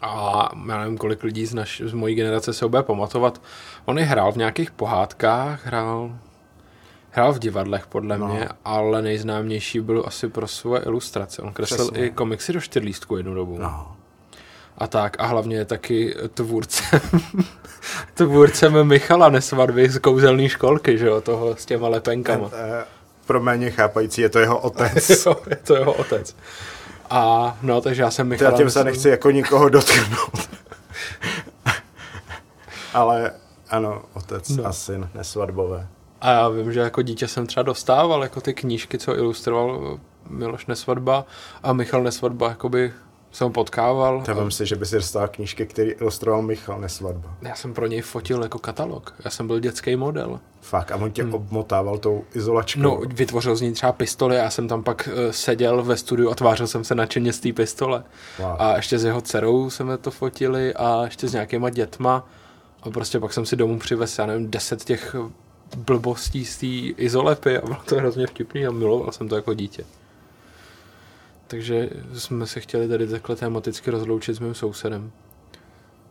S2: A já nevím, kolik lidí z, naš, z mojí generace se ho bude pamatovat. On i hrál v nějakých pohádkách, hrál, hrál v divadlech podle no. mě, ale nejznámější byl asi pro svoje ilustrace. On kreslil
S1: Přesně.
S2: Přesně. i komiksy do čtyřlístku jednu dobu.
S1: No.
S2: A tak, a hlavně je taky tvůrcem, tvůrcem Michala Nesvarby z kouzelné školky, že jo, toho s těma lepenkama.
S1: Eh, Pro méně chápající je to jeho otec.
S2: Jo, je to jeho otec. A no, takže já jsem
S1: Já
S2: Michal.
S1: tím se nechci jako nikoho dotknout. ale ano, otec no. a syn nesvadbové.
S2: A já vím, že jako dítě jsem třeba dostával jako ty knížky, co ilustroval eh, Miloš Nesvadba a Michal Nesvadba jakoby jsem ho potkával.
S1: Tak vem si, že by si dostal knížky, který ilustroval Michal Nesvadba.
S2: Já jsem pro něj fotil jako katalog. Já jsem byl dětský model.
S1: Fakt, a on tě hmm. obmotával tou izolačkou.
S2: Hm. No, vytvořil z ní třeba pistoli a já jsem tam pak eh, seděl ve studiu a tvářil jsem se nadšeně z té pistole.
S1: Wow.
S2: A ještě s jeho dcerou jsme to fotili a ještě s nějakýma dětma. A prostě pak jsem si domů přivez, já nevím, deset těch blbostí z té izolepy a bylo to hrozně vtipný a miloval jsem to jako dítě. Takže jsme se chtěli tady takhle tematicky rozloučit s mým sousedem.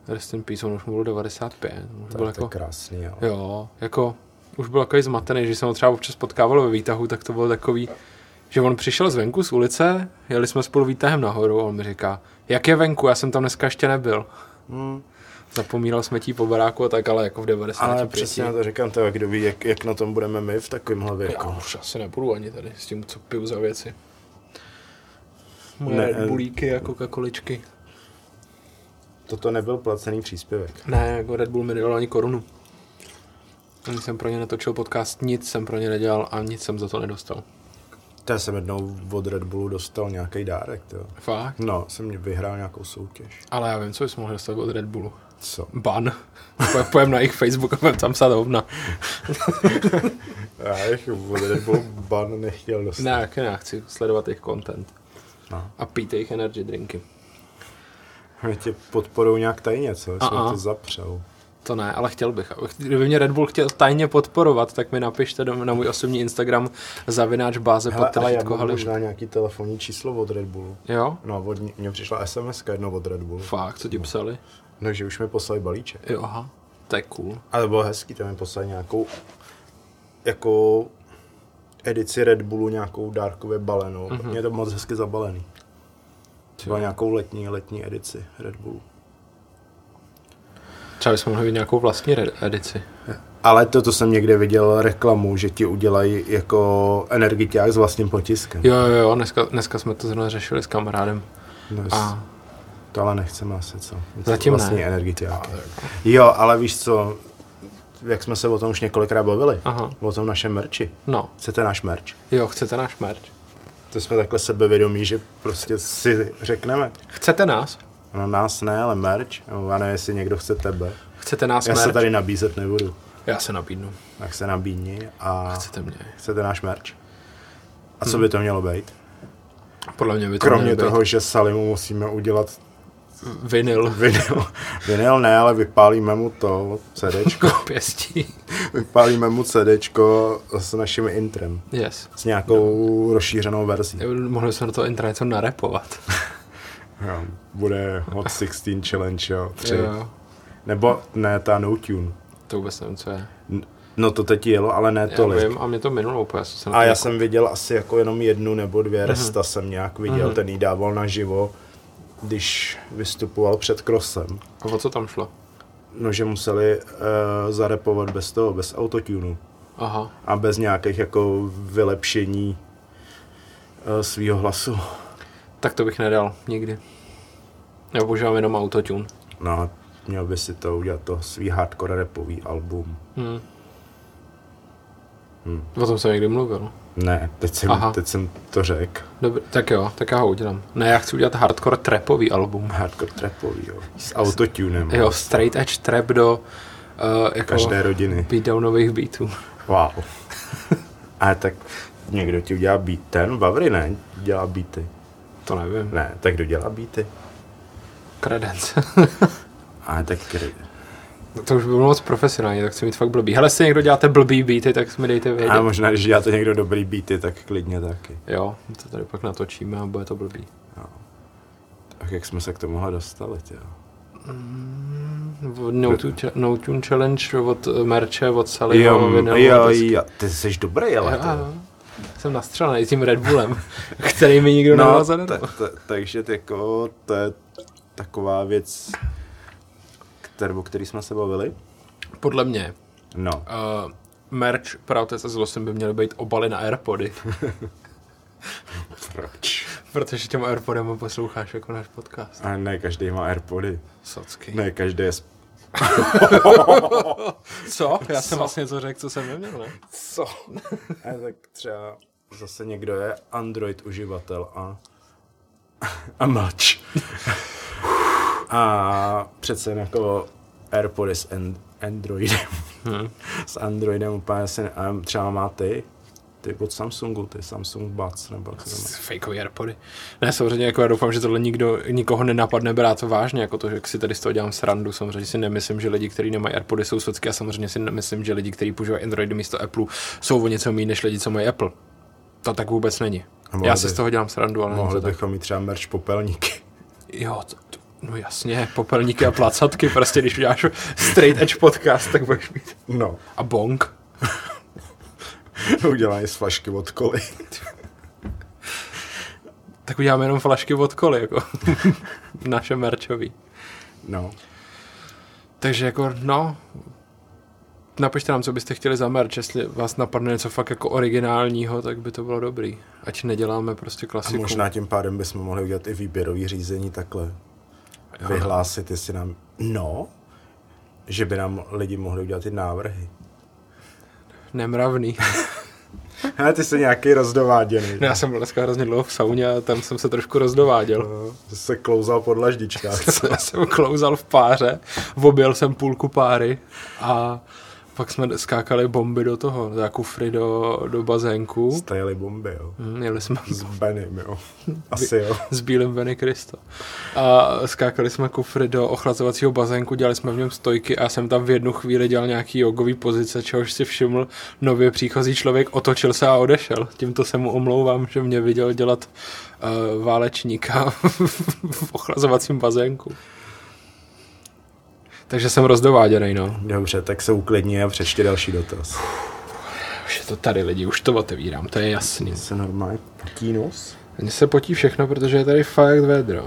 S2: Rest in peace, on už mu byl 95. On Už
S1: to,
S2: byl
S1: to
S2: jako
S1: je krásný, jo.
S2: Jo, jako už byl takový zmatený, že jsem ho třeba občas potkával ve výtahu, tak to bylo takový, že on přišel zvenku z ulice, jeli jsme spolu výtahem nahoru a on mi říká, jak je venku, já jsem tam dneska ještě nebyl.
S1: Hmm.
S2: Zapomínal smetí po baráku a tak, ale jako v 90.
S1: Ale přesně na to říkám, to je, kdo ví, jak, jak na tom budeme my v takovémhle věku.
S2: Já Jako, už asi nebudu ani tady s tím, co piju za věci.
S1: Ne,
S2: Moje
S1: eh,
S2: ne, bulíky a coca coličky
S1: Toto nebyl placený příspěvek.
S2: Ne, jako Red Bull mi nedal ani korunu. Ani jsem pro ně netočil podcast, nic jsem pro ně nedělal a nic jsem za to nedostal.
S1: To já jsem jednou od Red Bullu dostal nějaký dárek, to.
S2: Fakt.
S1: No, jsem mě vyhrál nějakou soutěž.
S2: Ale já vím, co bychom mohli dostat od Red Bullu.
S1: Co?
S2: Ban. Po- Pojem na jejich Facebook a budem tam psát hovna.
S1: Já jich od Red Bullu ban nechtěl dostat.
S2: Ne, jak ne, chci sledovat jejich content.
S1: No.
S2: A pít jejich energy drinky.
S1: Oni tě podporou nějak tajně, co? Já Jsem
S2: A-a.
S1: to zapřel.
S2: To ne, ale chtěl bych. abych- Kdyby mě Red Bull chtěl tajně podporovat, tak mi napište do, na můj osobní Instagram zavináč báze pod
S1: Hele, ale já
S2: tržítko
S1: mám
S2: Hollywood.
S1: možná nějaký telefonní číslo od Red Bullu.
S2: Jo?
S1: No, od, ní- mně přišla SMS jednou od Red Bullu.
S2: Fakt, co ti psali?
S1: No, že už mi poslali balíček.
S2: Jo, aha. To je cool.
S1: Ale bylo hezký, tam mi poslali nějakou jako
S2: Mhm.
S1: edici Red Bullu, nějakou dárkově balenou. Mm-hmm. Mě to moc hezky zabalený. Třeba nějakou letní, letní edici Red Bullu.
S2: Třeba bychom mohli mít nějakou vlastní re- edici.
S1: Ale to, to jsem někde viděl reklamu, že ti udělají jako energiťák s vlastním potiskem.
S2: Jo, jo, jo, dneska, dneska jsme to zrovna řešili s kamarádem.
S1: No,
S2: A
S1: To ale nechceme asi, co?
S2: Zatím ne.
S1: vlastně energiťák. Jo, ale víš co, jak jsme se o tom už několikrát bavili,
S2: Aha.
S1: o tom našem merči.
S2: no,
S1: Chcete náš merč?
S2: jo, chcete náš merch?
S1: To jsme takhle sebevědomí, že prostě si řekneme.
S2: Chcete nás?
S1: No nás ne, ale merč. No, já nevím, jestli někdo chce tebe.
S2: Chcete nás
S1: Já
S2: merch?
S1: se tady nabízet nebudu.
S2: Já se nabídnu.
S1: Tak se nabídni a
S2: Chcete mě?
S1: chcete náš merč. A co by to mělo být?
S2: Podle mě Hmm. by to
S1: Kromě
S2: mělo být
S1: toho, že Salimu musíme udělat
S2: vinyl
S1: vinyl. vinyl ne, ale vypálíme mu to CDčko.
S2: pěstí.
S1: Vypálíme mu CDčko s naším intrem.
S2: Yes.
S1: S nějakou rozšířenou verzí.
S2: Mohli jsme do toho intra něco narepovat.
S1: Jo, bude Hot 16 Challenge, jo. Tři.
S2: Jo, jo.
S1: Nebo ne, ta No Tune.
S2: To vůbec nevím, co je.
S1: N- No to teď jelo, ale ne
S2: Já
S1: tolik.
S2: vím, a mě to minulo úplně. jsem
S1: A já jsem viděl asi jako jenom jednu nebo dvě
S2: Mhm.
S1: resta jsem nějak viděl, ten jí dával naživo, když vystupoval před krosem.
S2: A jako, o co tam šlo?
S1: No, že museli uh, zarepovat bez toho, bez autotunu
S2: Aha.
S1: a bez nějakých jako vylepšení uh, svého hlasu.
S2: Tak to bych nedal nikdy. Já používám jenom autotune.
S1: No a měl by si to udělat to svý hardcore repový album.
S2: Hmm.
S1: Hmm.
S2: O tom jsem někdy mluvil.
S1: Ne, teď jsem,
S2: Aha.
S1: teď jsem to řekl.
S2: Dobře, tak jo, tak já ho udělám. Ne, já chci udělat hardcore trapový album.
S1: Hardcore trapový, jo. S autotunem.
S2: Jo, straight edge trap do uh, jako
S1: Každé rodiny.
S2: beatdownových beatů.
S1: Wow. A tak někdo ti udělá beat. Ten Vavry ne, dělá beaty.
S2: To nevím.
S1: Ne, tak kdo dělá beaty?
S2: Credence.
S1: A tak kdy.
S2: to už by bylo moc profesionální, tak chci mít fakt blbý. Hele, jestli někdo děláte blbý beaty, tak mi dejte vědět.
S1: A možná, když děláte někdo dobrý beaty, tak klidně taky.
S2: Jo, my to tady pak natočíme a bude to blbý.
S1: Tak jak jsme se k tomuhle dostali, jo.
S2: V- No, tu, no Tune Challenge od eh, Merče, od Sally.
S1: Jo, jo, jo, ty jsi dobrý, ale to.
S2: Jsem nastřelený tím Red Bullem, který mi nikdo
S1: No,
S2: no,
S1: ta- ta- takže ty jako, to je taková věc, kterou, o který jsme se bavili.
S2: Podle mě,
S1: No,
S2: uh, merch Pravte se zlosem by měly být obaly na Airpody,
S1: proč?
S2: protože těm Airpodem posloucháš jako náš podcast.
S1: A ne každý má Airpody.
S2: Socky.
S1: Ne každý je... sp-
S2: Co? Já jsem vlastně něco řekl, co jsem neměl, ne?
S1: Co? A tak třeba zase někdo je Android uživatel a, a mlč. A přece jen jako AirPody s an- Androidem.
S2: Hmm.
S1: S Androidem úplně si ne, a třeba má ty, ty od Samsungu, ty Samsung Buds, nebo jak se to jmenuje.
S2: Fakeový Airpody. Ne, samozřejmě, jako já doufám, že tohle nikdo, nikoho nenapadne brát to vážně, jako to, že si tady z toho dělám srandu. Samozřejmě si nemyslím, že lidi, kteří nemají Airpody, jsou socky a samozřejmě si nemyslím, že lidi, kteří používají Androidy místo Apple, jsou o něco méně než lidi, co mají Apple. To tak vůbec není.
S1: mohli
S2: Já si
S1: by-
S2: z toho dělám srandu, ale není to
S1: Mohli
S2: tak.
S1: bychom mít třeba merch popelníky.
S2: Jo, to, to, no jasně, popelníky a placatky, prostě když uděláš straight edge podcast, tak budeš mít.
S1: No,
S2: A bong.
S1: udělají z flašky od koly.
S2: Tak uděláme jenom flašky od koly, jako naše merčový.
S1: No,
S2: Takže jako, no, napište nám, co byste chtěli za merch, jestli vás napadne něco fakt jako originálního, tak by to bylo dobrý. Ať neděláme prostě
S1: a
S2: klasiku.
S1: možná tím pádem bychom mohli udělat i výběrový řízení takhle.
S2: Jo.
S1: vyhlásit, jestli nám, no, že by nám lidi mohli udělat ty návrhy.
S2: Nemravný.
S1: Ale ty jsi nějaký rozdováděný.
S2: No, já jsem byl dneska hrozně dlouho v sauně a tam jsem se trošku rozdováděl.
S1: No, Ty jsi se klouzal pod laždičkách.
S2: Já jsem klouzal v páře, objel jsem půlku páry a pak jsme skákali bomby do toho, za kufry do, do bazénku.
S1: Stajeli bomby, jo.
S2: Hm, Jeli jsme
S1: S Benem, jo. Asi jo.
S2: s bílým Benny Kristo. A skákali jsme kufry do ochlazovacího bazénku, dělali jsme v něm stojky a já jsem tam v jednu chvíli dělal nějaký jogový pozice, čehož si všiml nově příchozí člověk, otočil se a odešel. Tímto se mu omlouvám, že mě viděl dělat uh, válečníka v ochlazovacím bazénku. Takže jsem rozdováděnej, no.
S1: Dobře, tak se uklidni a přečti další dotaz.
S2: Už je to tady lidi, už to otevírám, to je jasný.
S1: Se normálně potínus.
S2: Mně se potí všechno, protože je tady fakt vedro.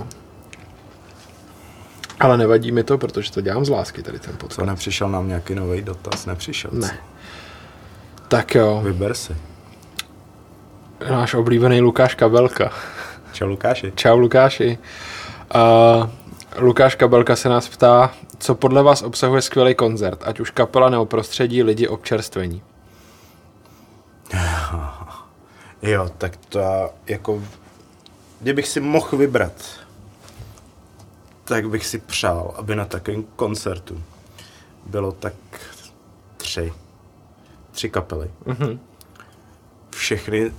S2: Ale nevadí mi to, protože to dělám z lásky tady ten podcast.
S1: Co nepřišel nám nějaký nový dotaz? Nepřišel. co?
S2: Ne. Tak jo,
S1: Vyber si.
S2: náš oblíbený Lukáš Kabelka.
S1: Čau Lukáši.
S2: Čau Lukáši. Uh, Lukáš Kabelka se nás ptá, co podle vás obsahuje skvělý koncert, ať už kapela nebo prostředí, lidi, občerstvení.
S1: Jo, tak to já jako... Kdybych si mohl vybrat, tak bych si přál, aby na takovém koncertu bylo tak tři. Tři kapely.
S2: Mhm.
S1: Všechny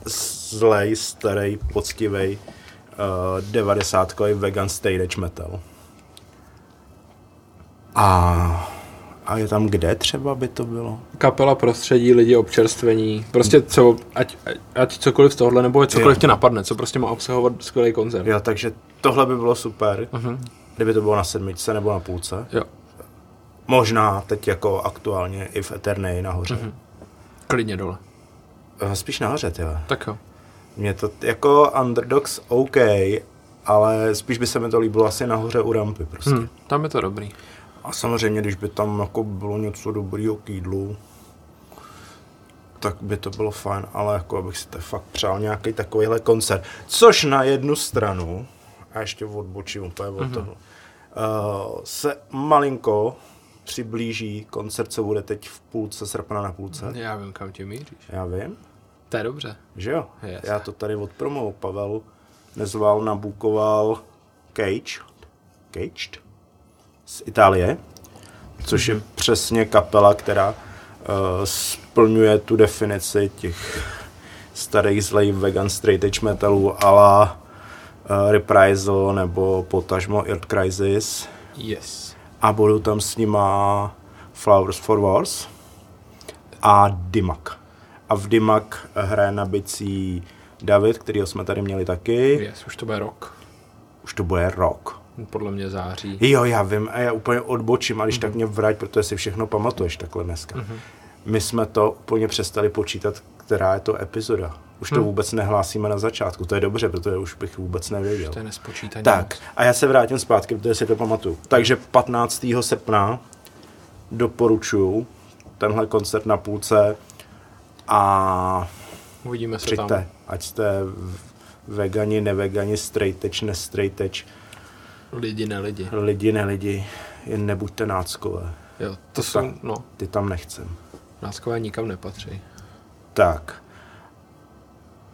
S1: zlej, starý, poctivý, uh, 90 vegan stage metal. A, a je tam kde třeba by to bylo?
S2: Kapela, prostředí, lidi, občerstvení, prostě co, ať, ať- ať cokoliv z tohohle, nebo cokoliv
S1: Jo.
S2: tě napadne, co prostě má obsahovat skvělý koncert.
S1: Jo, takže tohle by bylo super, uh-huh. kdyby to bylo na sedmičce nebo na půlce.
S2: Jo,
S1: Možná teď jako aktuálně i v Eternej nahoře. Mm-hmm.
S2: klidně dole.
S1: Spíš nahoře, jo.
S2: Tak jo.
S1: Mě to t- jako underdogs OK, ale spíš by se mi to líbilo asi nahoře u rampy prostě.
S2: Hm, tam je to dobrý.
S1: A samozřejmě, když by tam jako bylo něco dobrýho k jídlu, tak by to bylo fajn, ale jako abych si to fakt přál nějaký takovýhle koncert. Což na jednu stranu, a ještě odbočím úplně od toho, uh, se malinko přiblíží koncert, co bude teď v půlce srpna na půlce.
S2: Já vím, kam tě míříš.
S1: Já vím,
S2: To je dobře.
S1: že jo?
S2: Yes.
S1: Já to tady odpromoval. Pavel nezval, nabukoval Cage, Caged z Itálie, což je přesně kapela, která uh, splňuje tu definici těch starých zlej vegan straight edge metalů ala uh, Reprisal nebo potažmo Earth Crisis
S2: Yes.
S1: a budou tam s nima Flowers for Wars a Dimak. A v Dimak hraje na bicí David, kterýho jsme tady měli taky.
S2: Yes, už to bude rok.
S1: Už to bude rok.
S2: Podle mě září.
S1: Jo, já vím, a já úplně odbočím, a když mm-hmm. tak mě vrať, protože si všechno pamatuješ takhle dneska. Mm-hmm. My jsme to úplně přestali počítat, která je to epizoda. Už to vůbec nehlásíme na začátku, to je dobře, protože už bych vůbec nevěděl.
S2: To je nespočítaný.
S1: Tak, a já se vrátím zpátky, protože si to pamatuju. Takže 15. srpna doporučuju tenhle koncert na půlce a
S2: Uvidíme se tam.
S1: přijďte, ať jste v- vegani, nevegani, straight edge, nestraight edge,
S2: Lidi, ne lidi.
S1: lidi, nelidi, jen nebuďte náckové,
S2: Jo, to jsou,
S1: Tak.
S2: no,
S1: ty tam nechcem.
S2: náskové nikam nepatří.
S1: Tak.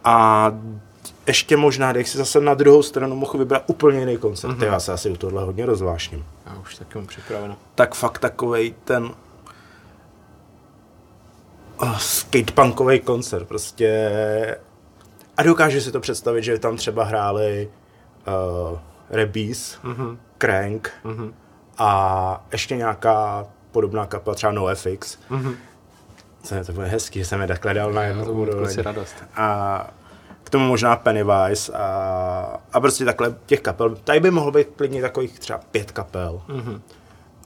S1: A ještě možná, když si zase na druhou stranu mohl vybrat úplně jiný koncert. Mm-hmm. Já se asi u tohle hodně rozvášním.
S2: Já už taky mám připraveno.
S1: tak fakt takovej ten eh, skatepunkový koncert prostě a dokážu si to představit, že tam třeba hráli uh, Rebis, mm-hmm. Crank mm-hmm. a ještě nějaká podobná kapela, třeba NoFX. Mm-hmm. To, to bude hezký, že jsem je takhle dal na
S2: Já to
S1: jednu
S2: budu No, kluci
S1: úroveň.
S2: radost.
S1: A k tomu možná Pennywise a, a prostě takhle těch kapel. Tady by mohlo být klidně takových třeba pět kapel. Mm-hmm.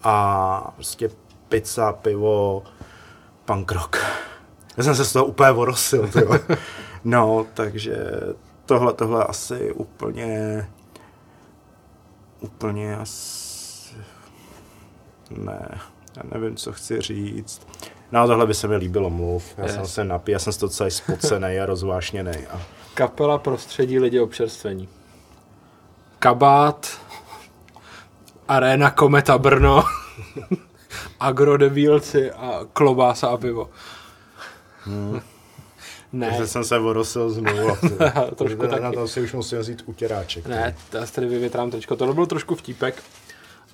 S1: A prostě pizza, pivo, punk rock. Já jsem se z toho úplně vorosil. ty jo. no, takže tohle, tohle asi úplně úplně asi... Ne, já nevím, co chci říct. No tohle by se mi líbilo, mluv. Já
S2: Yes.
S1: jsem se napil, já jsem z toho celý spocený a rozvášněný. A...
S2: Kapela prostředí lidi občerstvení. Kabát, Arena Kometa Brno, Agrodebílci a klobása a pivo. Ne,
S1: Takže jsem Hmm. se vorosil znovu. A ty-
S2: Trošku
S1: na, na
S2: taky.
S1: to si už musím vzít utěráček.
S2: ne, já se tady vyvětrám tričko. Tohle byl trošku vtípek,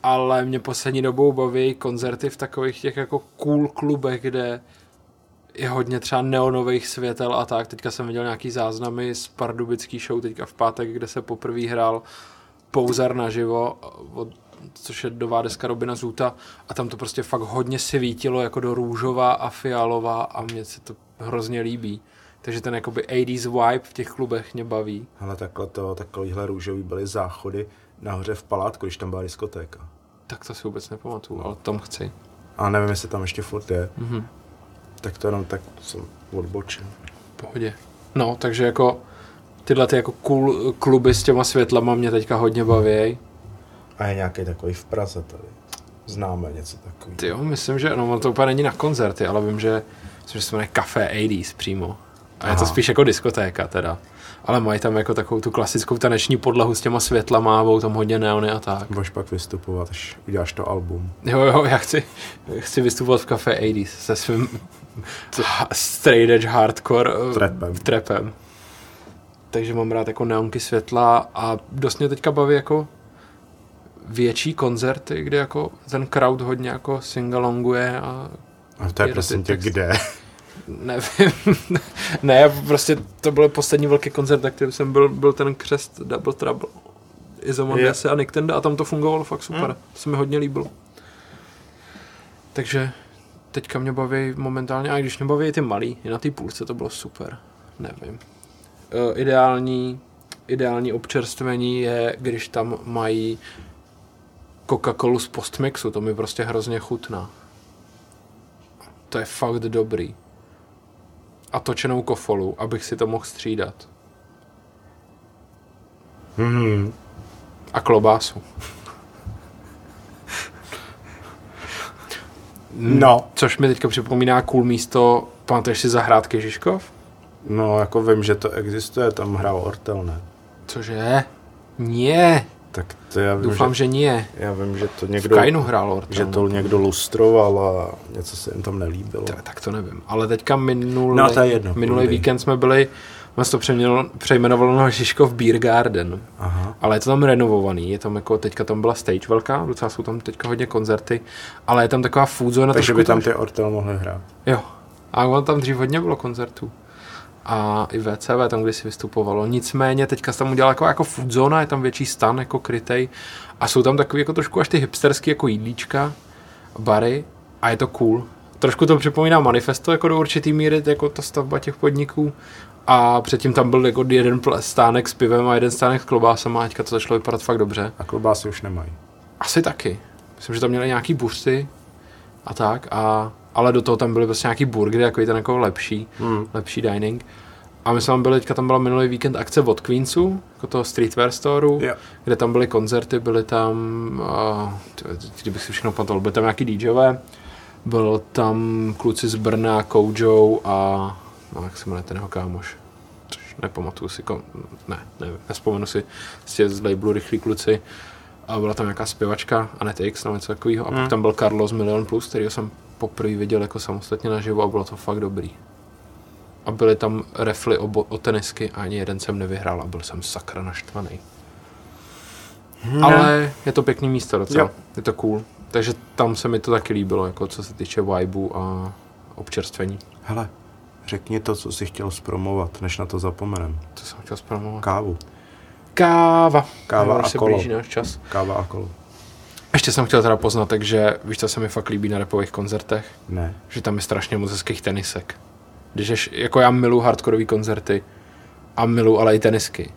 S2: ale mě poslední dobou baví koncerty v takových těch jako cool klubech, kde je hodně třeba neonových světel a tak. Teďka jsem viděl nějaký záznamy z pardubický show teďka v pátek, kde se poprvé hrál Pouzar naživo, od, což je nová deska Robina Zuta a tam to prostě fakt hodně svítilo jako do růžová a fialová a mně se to hrozně líbí. Takže ten jakoby 80s vibe v těch klubech mě baví.
S1: Ale takhle to, takovýhle růžový byly záchody nahoře v palátku, když tam byla diskotéka.
S2: Tak to si vůbec nepamatuju, ale tam chci.
S1: A nevím, jestli tam ještě furt je.
S2: Mhm.
S1: Mm-hmm. Tak to jenom tak jsem odbočil.
S2: V Pohodě. No, takže jako tyhle ty jako cool kluby s těma světlama mě teďka hodně baví.
S1: A je nějaký takový v Praze tady. Známe něco takového.
S2: Ty jo, myslím, že no, ono to úplně není na koncerty, ale vím, že, myslím, že se jmenuje Café 80s přímo. A je to
S1: Aha.
S2: spíš jako diskotéka teda. Ale mají tam jako takovou tu klasickou taneční podlahu s těma světlama, budou tam hodně neony a tak.
S1: Budeš pak vystupovat, až uděláš to album.
S2: Jo, jo, já chci, chci vystupovat v Café 80s se svým ha- straight edge hardcore eh,
S1: Trapem.
S2: trapem. Takže mám rád jako neonky světla a dost mě teďka baví jako větší koncerty, kde jako ten crowd hodně jako singalonguje a
S1: A to je
S2: Je to
S1: prosím
S2: ty
S1: tě,
S2: texty.
S1: kde?
S2: nevím. ne, já prostě to byl poslední velký koncert, na kterém jsem byl, byl ten křest Double Trouble.
S1: Je.
S2: Izomon se a Nick Tenda a tam to fungovalo fakt super. Hmm. To se mi hodně líbilo. Takže teďka mě baví momentálně, a když mě baví i ty malý, i na té půlce to bylo super. Nevím. E, ideální, ideální občerstvení je, když tam mají Coca-Colu z postmixu, to mi prostě hrozně chutná. To je fakt dobrý. A točenou kofolu, abych si to mohl střídat. Mm.
S1: Hmm.
S2: A klobásu.
S1: No.
S2: Což mi teďka připomíná cool místo, pamatuješ si zahrádky Žižkov?
S1: No, jako vím, že to existuje, tam hrál Ortel, ne?
S2: Cože? Nie.
S1: Tak to já vím,
S2: Doufám,
S1: že,
S2: že nie.
S1: já vím, že to
S2: V
S1: někdo,
S2: Kainu hrál Orton.
S1: že to někdo lustroval a něco se jim tam nelíbilo.
S2: T- tak to nevím. Ale teďka minulý,
S1: No, to je jedno.
S2: minulý
S1: Dobrý.
S2: víkend jsme byli, ono se to přeměnilo- přejmenovalo na Žižkov Beer Garden.
S1: Aha.
S2: Ale je to tam renovovaný, je tam jako, teďka tam byla stage velká, docela jsou tam teďka hodně koncerty, ale je tam taková food zone.
S1: Takže
S2: trošku
S1: by
S2: to
S1: tam ty Ortel mohly hrát.
S2: Jo. A ono tam dřív hodně bylo koncertů. A i VCV tam kdysi vystupovalo. Nicméně teďka se tam udělala jako, jako food zóna, je tam větší stan jako krytej. A jsou tam takový jako trošku až ty hipsterský jako jídlíčka, bary a je to cool. Trošku to připomíná manifesto jako do určitý míry, jako ta stavba těch podniků. A předtím tam byl jako jeden pl- stánek s pivem a jeden stánek s klobásama a teďka to začalo vypadat fakt dobře.
S1: A klobásy už nemají.
S2: Asi taky. Myslím, že tam měli nějaký buřty a tak, a, ale do toho tam byly prostě nějaký burgery, takový ten jako lepší,
S1: Hmm.
S2: lepší dining. A my jsme tam byli, teďka tam byla minulý víkend akce od Queensu, jako toho streetwear storeu,
S1: Jo.
S2: kde tam byly koncerty, byly tam, uh, kdybych si všechno pamatoval, byly tam nějaký DJové, byl tam kluci z Brna, Kojo a, no, jak se jmenuje ten jeho kámoš, což nepamatuju si, kom, ne, ne, nespomenu si, prostě z labelu Rychlí kluci, a byla tam nějaká zpěvačka, Anet X nebo něco takového, a pak tam byl Carlos Milion Plus, který jsem poprvé viděl jako samostatně naživo a bylo to fakt dobrý. A byly tam refly o, bo- o tenisky a ani jeden jsem nevyhrál a byl jsem sakra naštvaný. Ale je to pěkný místo docela.
S1: Jo.
S2: Je to cool. Takže tam se mi to taky líbilo, jako co se týče vibu a občerstvení.
S1: Hele, řekni to, co jsi chtěl zpromovat, než na to zapomenem.
S2: Co jsem chtěl zpromovat?
S1: Kávu.
S2: Káva.
S1: Káva
S2: Už
S1: a
S2: se
S1: kolo.
S2: blíží náš čas.
S1: Káva a kolo.
S2: Ještě jsem chtěl teda poznat, takže víš, co se mi fakt líbí na repových koncertech?
S1: Ne.
S2: že tam je strašně moc hezkých tenisek. Když ješ, jako já miluji hardkorové koncerty a miluji ale i tenisky.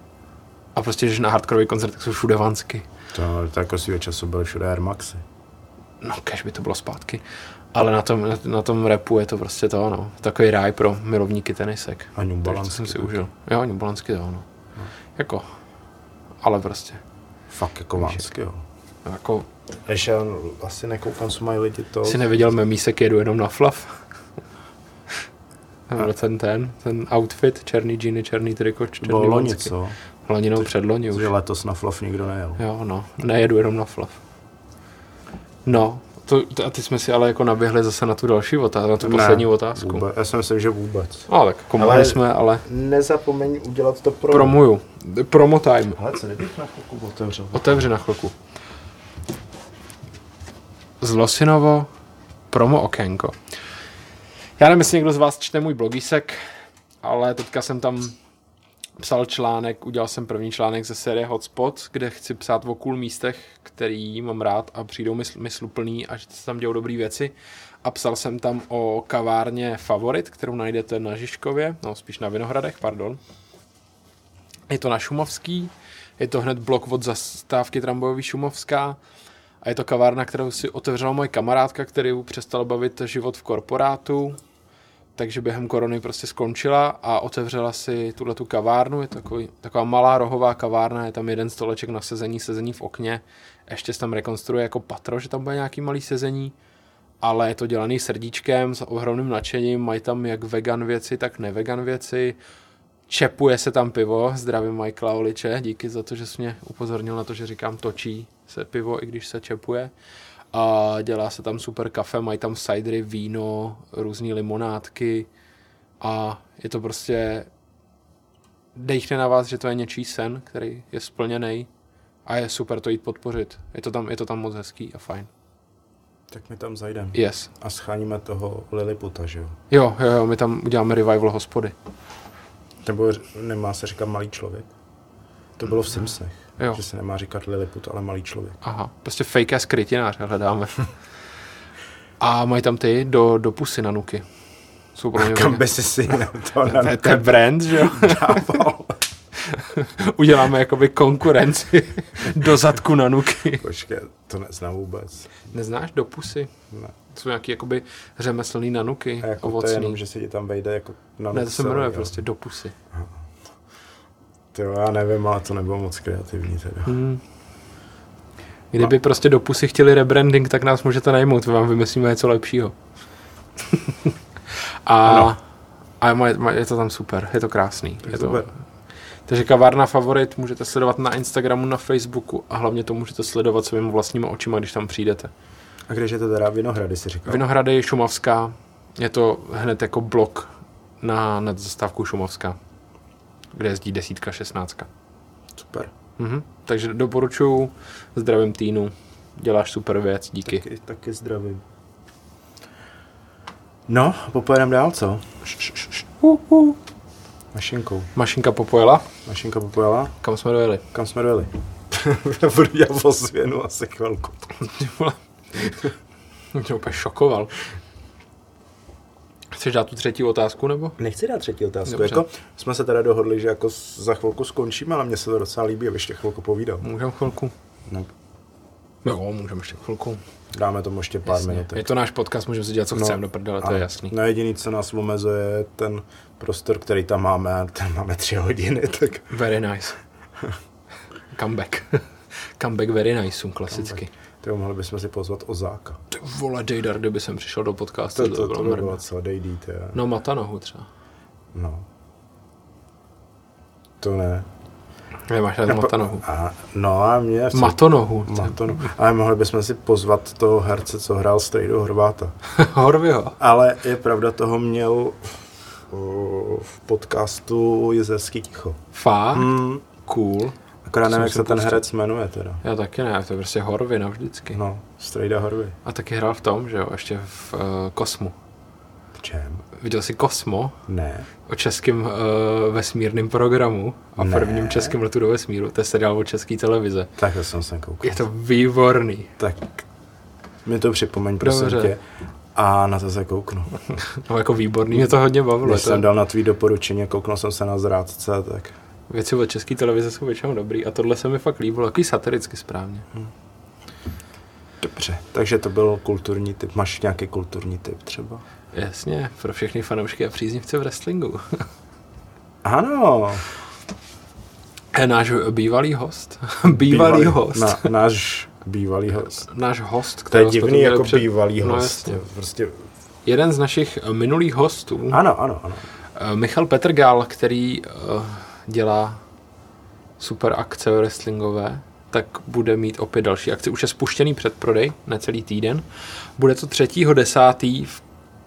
S2: A prostě, že na hardkorový koncert tak jsou všude vansky.
S1: To, to jako svýho času byly všude Air Maxy.
S2: No, kež by to bylo zpátky. Ale na tom, na, na tom repu je to prostě to, no. Takový ráj pro milovníky tenisek.
S1: A New
S2: Takže to jsem
S1: Balance.
S2: si užil. Jo, New Balance, jo, no. Jako, ale prostě.
S1: Fakt jako vánsky, jo.
S2: Jako,
S1: Ještě já asi nekoukám, co mají lidi to.
S2: jsi neviděl memísek, jedu jenom na flav. Nebo ten ten, ten outfit, černý džíny, černý triko, černý
S1: Bylo loni,
S2: vansky.
S1: co?
S2: Laninou předloni už.
S1: Že letos na Fluff nikdo nejel.
S2: Jo, no. Nejedu jenom na flav. No, to, to, a ty jsme si ale jako naběhli zase na tu další otázku, na tu
S1: Ne,
S2: poslední otázku.
S1: Vůbec. Já si myslím, že vůbec.
S2: No, tak jako
S1: Ale-
S2: mohli jsme, ale
S1: Nezapomeň udělat to pro...
S2: promuju. Promo time.
S1: Hele, co kdybych na chvilku otevřel?
S2: Otevři na chvilku. Zlosinovo promo okénko. Já nevím, jestli někdo z vás čte můj blogísek, ale teďka jsem tam psal článek, udělal jsem první článek ze série Hotspot, kde chci psát o cool místech, který mám rád a přijdou mi, sl- mi sluplný a že se tam dějou dobré věci. A psal jsem tam o kavárně Favorit, kterou najdete na Žižkově, no spíš na Vinohradech, pardon. Je to na Šumovský, je to hned blok od zastávky tramvajový Šumovská a je to kavárna, kterou si otevřela moje kamarádka, který ji přestal bavit život v korporátu. takže během korony prostě skončila a otevřela si tuhle tu kavárnu, je takový, taková malá rohová kavárna, je tam jeden stoleček na sezení, sezení v okně, ještě se tam rekonstruuje jako patro, že tam bude nějaký malý sezení, ale je to dělaný srdíčkem s ohromným nadšením, mají tam jak vegan věci, tak nevegan věci, čepuje se tam pivo, zdravím Michaela Oliče, díky za to, že jsi mě upozornil na to, že říkám točí se pivo, i když se čepuje. A dělá se tam super kafe, mají tam cidery, víno, různé limonádky a je to prostě dejchne na vás, že to je něčí sen, který je splněný a je super to jít podpořit. Je to tam, je to tam moc hezký a fajn.
S1: Tak my tam zajdeme.
S2: Yes.
S1: A scháníme toho Liliputa, že jo?
S2: Jo, jo, jo, my tam uděláme revival hospody.
S1: Nebo ř- nemá se říkat malý člověk? To bylo v Simsech,
S2: Mm. Jo.
S1: že se nemá říkat Liliput, ale malý člověk.
S2: Aha, prostě fake ass krytináře hledáme. A mají tam ty do, do pusy na nuky. Jsou pro mě
S1: Kam
S2: vegan.
S1: by si si na to
S2: to, je, to je brand, že jo?
S1: nadával?
S2: Uděláme jakoby konkurenci do zadku na nuky.
S1: Počkej, to neznám vůbec.
S2: Neznáš do pusy?
S1: Ne.
S2: Jsou nějaký jakoby řemeslný nanuky,
S1: A jako to je
S2: ovocný.
S1: jenom, že se ti tam vejde jako na
S2: ne, to se
S1: noc,
S2: jmenuje
S1: ale-
S2: prostě do pusy.
S1: Ty jo, já nevím, ale to nebylo moc kreativní teda.
S2: Hmm. Kdyby prostě do pusy chtěli rebranding, tak nás můžete najmout, my vám vymyslíme něco lepšího. a
S1: Ano.
S2: a maj, maj, je to tam super, je to krásný. Je to,
S1: super.
S2: takže kavárna favorit můžete sledovat na Instagramu, na Facebooku a hlavně to můžete sledovat svými vlastními očima, když tam přijdete.
S1: A kdeže to teda Vinohrady si říkal?
S2: Vinohrady Šumavská, je to hned jako blok na, na zastávku Šumavská, kde jezdí desítka, šestnáctka.
S1: Super.
S2: Mhm. Takže doporučuju, zdravím týnu, děláš super věc, díky.
S1: Taky, taky zdravím. No, popojedeme dál, co?
S2: Uh, uh.
S1: Mašinkou.
S2: Mašinka popojela,
S1: Mašinka popojela?
S2: kam jsme dojeli?
S1: Kam jsme dojeli? Já budu dělat ozvěnu asi chvilku.
S2: Ty vole. Mě úplně šokoval. Chceš dát tu třetí otázku, nebo?
S1: Nechci dát třetí otázku.
S2: Dobře.
S1: Jako, jsme se teda dohodli, že jako s- za chvilku skončíme, ale mně se to docela líbí, aby ještě chvilku povídal.
S2: Můžeme chvilku?
S1: No,
S2: Jo, můžeme ještě chvilku.
S1: dáme tomu ještě pár minut.
S2: Je to náš podcast, můžeme si dělat, co no, chceme do prdele, to je jasný.
S1: No jediný, co nás omezuje, je ten prostor, který tam máme, a ten máme tři hodiny, tak
S2: Very nice. Comeback. Comeback very nice, um, klasicky.
S1: ty jo, mohli bychom si pozvat Ozáka.
S2: Ty vole, Dejdar, kdyby jsem přišel do podcastu,
S1: To, to, to, by
S2: mrdé.
S1: bylo celé dejdý, ty jo.
S2: No, Matanohu třeba.
S1: no. To ne.
S2: Nemáš rád Matanohu.
S1: A, no a mě... v-
S2: Matonohu.
S1: Matonu. Ale mohli bychom si pozvat toho herce, co hrál Strejdu Hrváta.
S2: Horviho.
S1: Ale je pravda, toho měl o, v podcastu Jezerský ticho.
S2: Fá.
S1: Mm,
S2: Cool.
S1: akorát
S2: Hmm. To
S1: nevím, jak
S2: jsem
S1: se ten
S2: pustil.
S1: herec jmenuje teda.
S2: Já taky ne, to je prostě Horvy navždycky.
S1: No, Strejda Horvy.
S2: A taky hrál v tom, že jo, ještě v uh, Kosmu.
S1: V čem?
S2: Viděl jsi Kosmo
S1: Ne.
S2: o českém uh, vesmírném programu a
S1: Ne.
S2: prvním českém letu do vesmíru. To je seriál o české televize.
S1: Tak to jsem sem koukal.
S2: Je to výborný.
S1: Tak mi to připomeň, prosím
S2: Dobře.
S1: tě. A na to se kouknu.
S2: No jako výborný, mě to hodně bavilo.
S1: Když
S2: To,
S1: jsem dal na tvý doporučení, a kouknul jsem se na zrádce, tak
S2: Věci od české televize jsou většinou dobrý a tohle se mi fakt líbilo, takový satiricky správně.
S1: dobře. Takže to byl kulturní typ. Máš nějaký kulturní typ třeba?
S2: Jasně, pro všechny fanoušky a příznivce v wrestlingu.
S1: Ano.
S2: Eh, Náš bývalý host. Bývalý, host.
S1: Na, náš bývalý host.
S2: Náš host,
S1: no. To je
S2: který
S1: divný jako před... bývalý
S2: No
S1: host.
S2: jasně.
S1: No, prostě...
S2: Jeden z našich eh, minulých hostů,
S1: Ano, ano, ano.
S2: eh, Michal Petrgal, který eh, dělá super akce wrestlingové, tak bude mít opět další akci. Už je spuštěný předprodej na celý týden. Bude to 3.10. v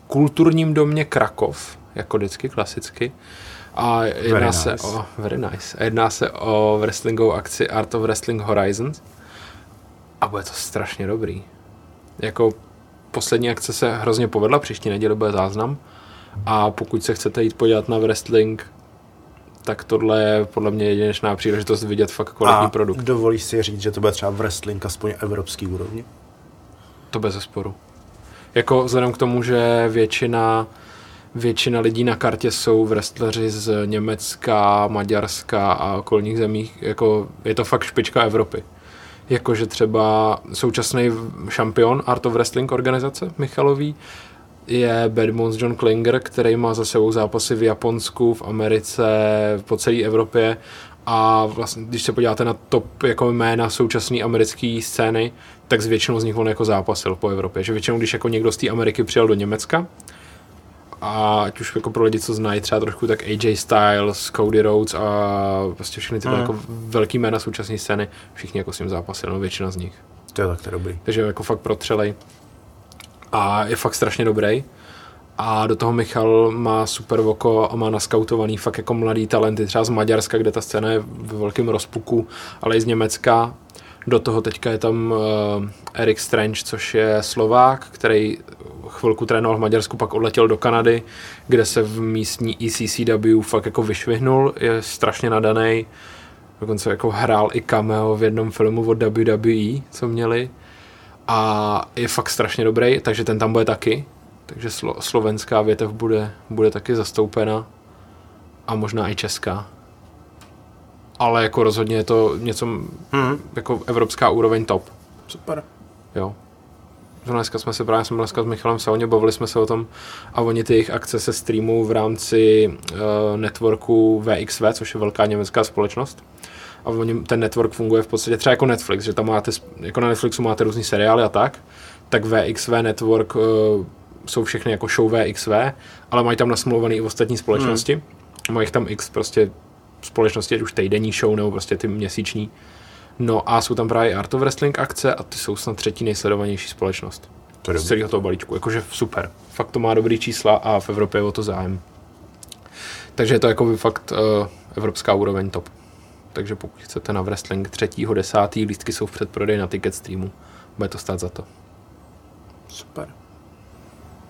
S2: kulturním domě Krakov, jako vždycky klasicky. A jedná
S1: Very
S2: se
S1: nice.
S2: o very nice. A jedná se o wrestlingovou akci Art of Wrestling Horizons. A bude to strašně dobrý. Jako poslední akce se hrozně povedla, příští neděli bude záznam. A pokud se chcete jít podívat na wrestling, tak tohle je podle mě jedinečná příležitost vidět fakt kvalitní
S1: A
S2: produkt.
S1: dovolíš si říct, že to bude třeba wrestling aspoň evropský úrovně?
S2: To bez sporu. Jako vzhledem k tomu, že většina, většina lidí na kartě jsou wrestleři z Německa, Maďarska a okolních zemí, jako je to fakt špička Evropy. Jakože třeba současný šampion Art of Wrestling organizace Michalový je Badmons John Klinger, který má za sebou zápasy v Japonsku, v Americe, po celé Evropě a vlastně, když se podíváte na top jako jména současné americké scény, tak s většinou z nich on jako zápasil po Evropě. Že většinou, když jako někdo z té Ameriky přijel do Německa, a ať už jako pro lidi, co znají třeba trošku, tak AJ Styles, Cody Rhodes a prostě všechny tyhle
S1: Mm.
S2: mm. jako velký jména současné scény, všichni jako s ním zápasili, no většina z nich.
S1: To je tak to je dobrý.
S2: Takže je jako fakt protřelej. A je fakt strašně dobrý. A do toho Michal má super oko a má naskautovaný fakt jako mladý talenty, třeba z Maďarska, kde ta scéna je v velkém rozpuku, ale i z Německa. Do toho teďka je tam eh, Erik Strange, což je Slovák, který chvilku trénoval v Maďarsku, pak odletěl do Kanady, kde se v místní E ECCW fakt jako vyšvihnul, je strašně nadaný. Dokonce jako hrál i cameo v jednom filmu od WWE, co měli a je fakt strašně dobrý, takže ten tam bude taky. Takže slo- slovenská větev bude, bude taky zastoupena a možná i česká. Ale jako rozhodně je to něco m-
S1: Hmm.
S2: jako evropská úroveň top.
S1: Super.
S2: Jo. Zrovna Dneska jsme se právě jsem byl dneska s Michalem v sauně, bavili jsme se o tom a oni ty jejich akce se streamují v rámci uh, networku VXV, což je velká německá společnost. A oni, ten network funguje v podstatě třeba jako Netflix, že tam máte, sp- jako na Netflixu máte různý seriály a tak, tak VXV network uh, jsou všechny jako show VXV, ale mají tam nasmluvaný i ostatní společnosti. Hmm. Mají jich tam x prostě společnosti, ať už týdenní show nebo prostě ty měsíční. No a jsou tam právě Art of Wrestling akce a ty jsou snad třetí nejsledovanější společnost
S1: To je
S2: z
S1: dobrý.
S2: celého toho balíčku. Jakože super. Fakt to má dobrý čísla a v Evropě je o to zájem. Takže je to jako by fakt uh, evropská úroveň top. Takže pokud chcete na wrestling 3.10. lístky jsou v předprodeji na ticket streamu. Bude to stát za to.
S1: Super.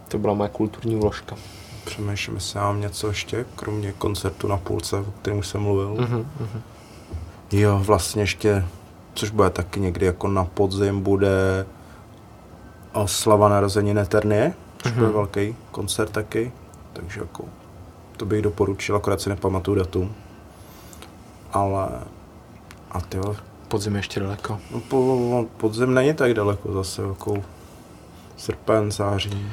S2: To byla moje kulturní vložka.
S1: Přemýšlím, jestli já mám něco ještě, kromě koncertu na půlce, o kterém už jsem mluvil.
S2: Uh-huh, uh-huh.
S1: Jo, vlastně ještě, což bude taky někdy jako na podzim, bude oslava narozenin Eternie, což bude velký koncert taky, takže jako to bych doporučil, akorát si nepamatuju datum. Ale a ty jo,
S2: Podzim je ještě daleko.
S1: no po, podzim není tak daleko zase, jako srpen, září.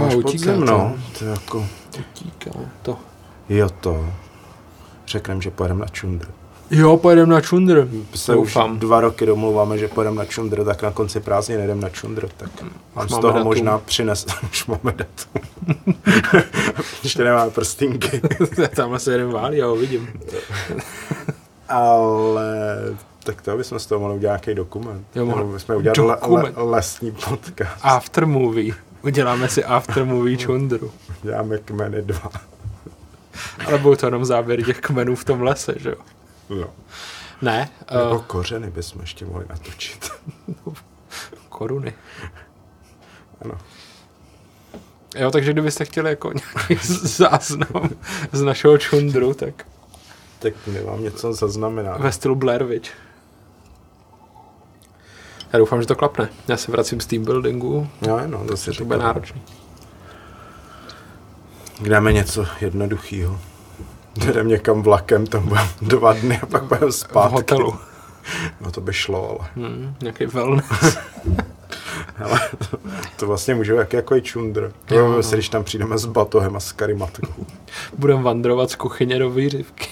S1: Máš podzim, no. To je jako,
S2: Utíká to.
S1: jo to. Řekneme, že pojedeme na čundr.
S2: Jo, pojedeme na čundr.
S1: se už
S2: Doufám.
S1: dva roky domluváme, že půjdeme na čundr, tak na konci prázdnin jedeme na čundr, tak mám
S2: Hmm.
S1: z
S2: už máme
S1: toho
S2: datum.
S1: možná přines, už máme datum. Ještě nemáme prstinky.
S2: Tamhle se jeden válí, já ho vidím.
S1: Ale tak to bychom z toho mohli udělat nějaký dokument.
S2: Jo, mohli.
S1: Nebo bychom udělali le, le,
S2: Dokument.
S1: lesní podcast.
S2: After movie. Uděláme si after movie čundru.
S1: Děláme kmeny dva.
S2: Ale budou to jenom záběry těch kmenů v tom lese, že jo?
S1: No.
S2: Ne,
S1: Nebo
S2: uh,
S1: kořeny bychom ještě mohli natočit.
S2: eh, koruny.
S1: Ano.
S2: Jo, takže kdybyste chtěli jako nějaký záznam z našeho čundru, tak
S1: Tak my vám něco zaznamená.
S2: ve stylu Blair Witch. Já doufám, že to klapne. Já se vracím z team buildingu,
S1: No, no, zase
S2: že to bude náročný.
S1: Dáme něco jednoduchého. Jdeme někam vlakem, tam budeme dva dny a pak budeme
S2: V
S1: zpátky.
S2: hotelu.
S1: No to by šlo, ale
S2: Hmm, nějaký velmi.
S1: hele, to vlastně může být jak, jako i čundr.
S2: Jo,
S1: Jo,
S2: no.
S1: si, když tam přijdeme s batohem a s karimatkou.
S2: Budem vandrovat z kuchyně do výřivky.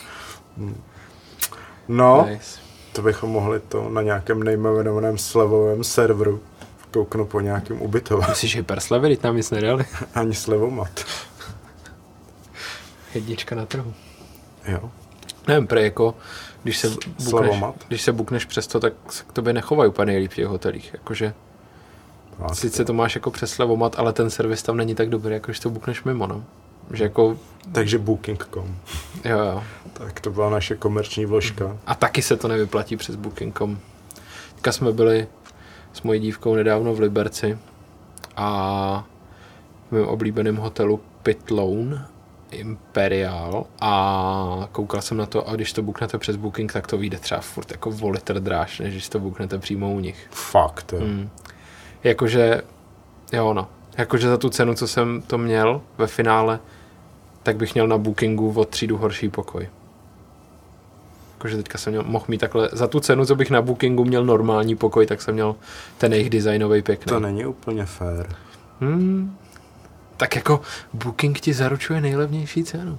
S1: No,
S2: Nice.
S1: to bychom mohli to na nějakém nejmenovaném slevovém serveru kouknu po nějakém ubytování.
S2: Myslíš hyperslevy, teď nám nic nedali.
S1: Ani slevomat.
S2: Jednička na trhu.
S1: Jo.
S2: Nevím, prej jako, když se, bukneš,
S1: Slavomat.
S2: když se bukneš přesto, tak se k tobě nechovají úplně nejlíp v těch hotelích. Jakože
S1: A
S2: sice to máš jako přes levomat, ale ten servis tam není tak dobrý, jako když to bukneš mimo, no. Že jako,
S1: Takže booking.com.
S2: jo, jo.
S1: Tak to byla naše komerční vložka.
S2: A taky se to nevyplatí přes booking.com. Teďka jsme byli s mojí dívkou nedávno v Liberci a v mém oblíbeném hotelu Pitlone Imperial a koukal jsem na to a když to buknete přes Booking, tak to vyjde třeba furt jako o litr dráž, než když to buknete přímo u nich.
S1: Fakt, jo.
S2: Mm. Jakože, jo no, jakože za tu cenu, co jsem to měl ve finále, tak bych měl na bookingu o třídu horší pokoj. Jakože teďka jsem měl, mohl mít takhle, za tu cenu, co bych na bookingu měl normální pokoj, tak jsem měl ten jejich designový pěkný.
S1: To není úplně fér.
S2: Hmm, tak jako Booking ti zaručuje nejlevnější cenu.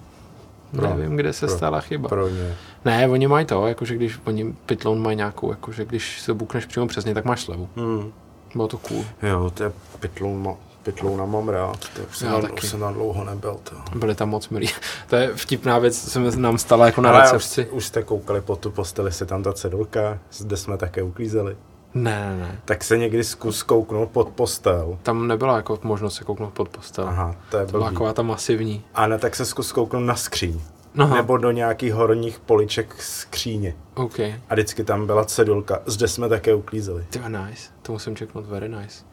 S1: Pro-
S2: Nevím, kde se
S1: No, pro-
S2: stala chyba.
S1: Pro ně.
S2: Ne, oni mají to, jakože když oni Pytlon mají nějakou, jakože když se bukneš přímo přes ně, tak máš slevu.
S1: Hmm.
S2: Bylo to cool.
S1: Jo, to je pitloun, pitlouna mám rád, to už jsem,
S2: Já
S1: na,
S2: taky.
S1: už jsem na dlouho nebyl. To.
S2: Byli tam moc milí. to je vtipná věc, co se nám stala jako na
S1: Ale už,
S2: recepci.
S1: už jste koukali po tu posteli, se tam ta cedulka, zde jsme také uklízeli.
S2: Ne, ne, ne.
S1: Tak se někdy zkus kouknout pod postel.
S2: Tam nebyla jako možnost se kouknout pod postel. Aha,
S1: Aha, to je
S2: to byla
S1: blbý.
S2: taková ta masivní.
S1: A ne, tak se zkus kouknout na skříň.
S2: No, Nebo...
S1: Nebo do nějakých horních poliček skříně.
S2: OK.
S1: A vždycky tam byla cedulka. Zde jsme také uklízeli.
S2: Ty nice. To musím čeknout, very nice.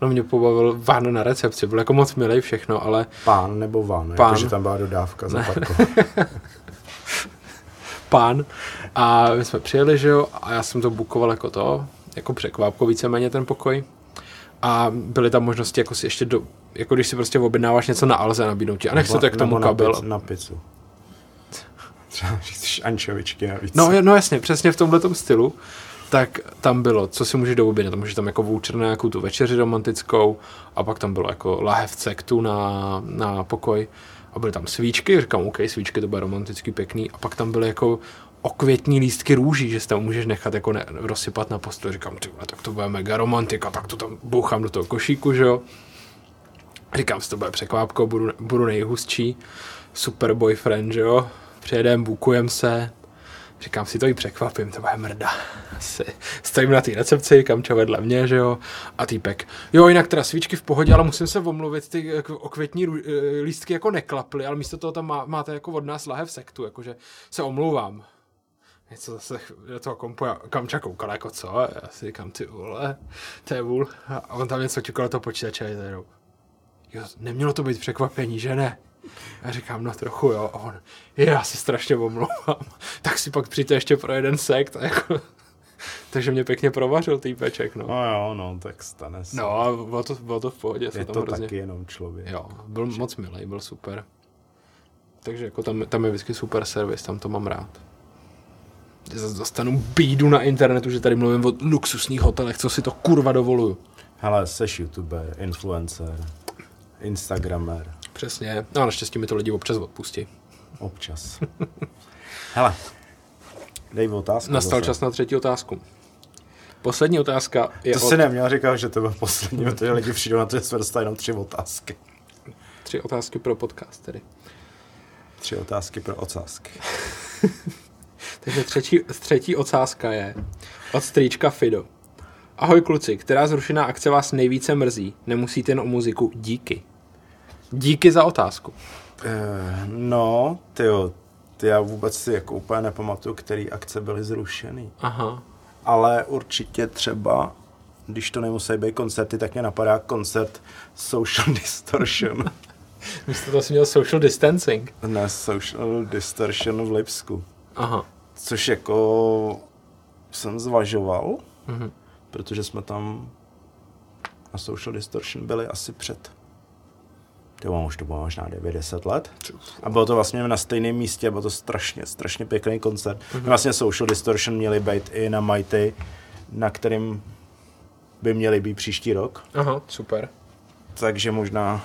S2: No mě pobavil Váno na recepci, byl jako moc milej všechno, ale
S1: Pán nebo van,
S2: Pán.
S1: jakože tam byla dodávka za parko.
S2: pán. A my jsme přijeli, že jo, a já jsem to bukoval jako to, jako překvápko víceméně ten pokoj. A byly tam možnosti jako si ještě do, jako když si prostě objednáváš něco na Alze nabídnout ti. A nech se to k tomu
S1: Nebo na
S2: kabel.
S1: pic- Na pizzu. Třeba říct ančovičky navíc.
S2: No, je- no jasně, přesně v tomhle stylu. Tak tam bylo, co si můžeš doobědnat. Můžeš tam jako voucher na nějakou tu večeři romantickou a pak tam bylo jako lahev sektu na, na pokoj a byly tam svíčky, říkám, OK, svíčky, to bude romantický, pěkný. A pak tam byly jako okvětní lístky růží, že si tam můžeš nechat jako ne, rozsypat na postel. Říkám, ty vole, tak to bude mega romantika, tak to tam bouchám do toho košíku, že jo. Říkám si, to bude překvápko, budu, budu nejhustší, super boyfriend, že jo. Přijedem, bukujem se, Říkám si, to i překvapím, to bude mrda. Asi. Stojím na té recepci, kamča vedle mě, že jo, a týpek. Jo, jinak teda svíčky v pohodě, ale musím se omluvit, ty eh, okvětní rů- eh, lístky jako neklaply, ale místo toho tam má, máte jako od nás lahev sektu, jakože se omlouvám. Něco zase ch- do toho kompoja, kamča koukala, jako co, já si říkám, ty vole, to je vůl. A on tam něco ťukal do toho počítače a je to jenom, jo, nemělo to být překvapení, že ne? A říkám, no trochu jo, a on, "Je, já se strašně omlouvám, tak si pak přijďte ještě pro jeden sekt, a jako, takže mě pěkně provařil týpeček, no.
S1: No jo, no, tak stane se.
S2: No a bylo to, bylo to v pohodě,
S1: je
S2: se tam
S1: to
S2: hrozně,
S1: taky jenom člověk.
S2: jo, byl moc milý, byl super. Takže jako tam, tam je vždycky super servis, tam to mám rád. Že Zase dostanu bídu na internetu, že tady mluvím o luxusních hotelech, co si to kurva dovoluju.
S1: Hele, seš youtuber, influencer, instagramer,
S2: Přesně, no a naštěstí mi to lidi občas odpustí.
S1: občas. Hele, dej otázku.
S2: Nastal
S1: zase.
S2: čas na třetí otázku. Poslední otázka je
S1: To
S2: od...
S1: si neměl říkat, že to byl poslední, protože lidi přijdou na to, že jsme dostali jenom tři otázky.
S2: Tři otázky pro podcast tedy.
S1: Tři otázky pro ocásky.
S2: Takže třetí, třetí otázka je od strýčka Fido. Ahoj kluci, která zrušená akce vás nejvíce mrzí? Nemusíte jen o muziku. Díky. Díky za otázku.
S1: Eh, no, tyjo, ty já vůbec si jako úplně nepamatuju, který akce byly zrušeny.
S2: Aha.
S1: Ale určitě třeba, když to nemusí být koncerty, tak mě napadá koncert Social Distortion.
S2: Místo toho jsi měl social distancing.
S1: ne, Social Distortion v Lipsku.
S2: Aha.
S1: Což jako jsem zvažoval,
S2: Mhm.
S1: protože jsme tam na Social Distortion byli asi před to mám už to bylo možná 9-10 let. A bylo to vlastně na stejném místě, bylo to strašně, strašně pěkný koncert. Mm-hmm. Vlastně Social Distortion měli být i na Mighty, na kterým by měli být příští rok.
S2: Aha, super.
S1: Takže možná,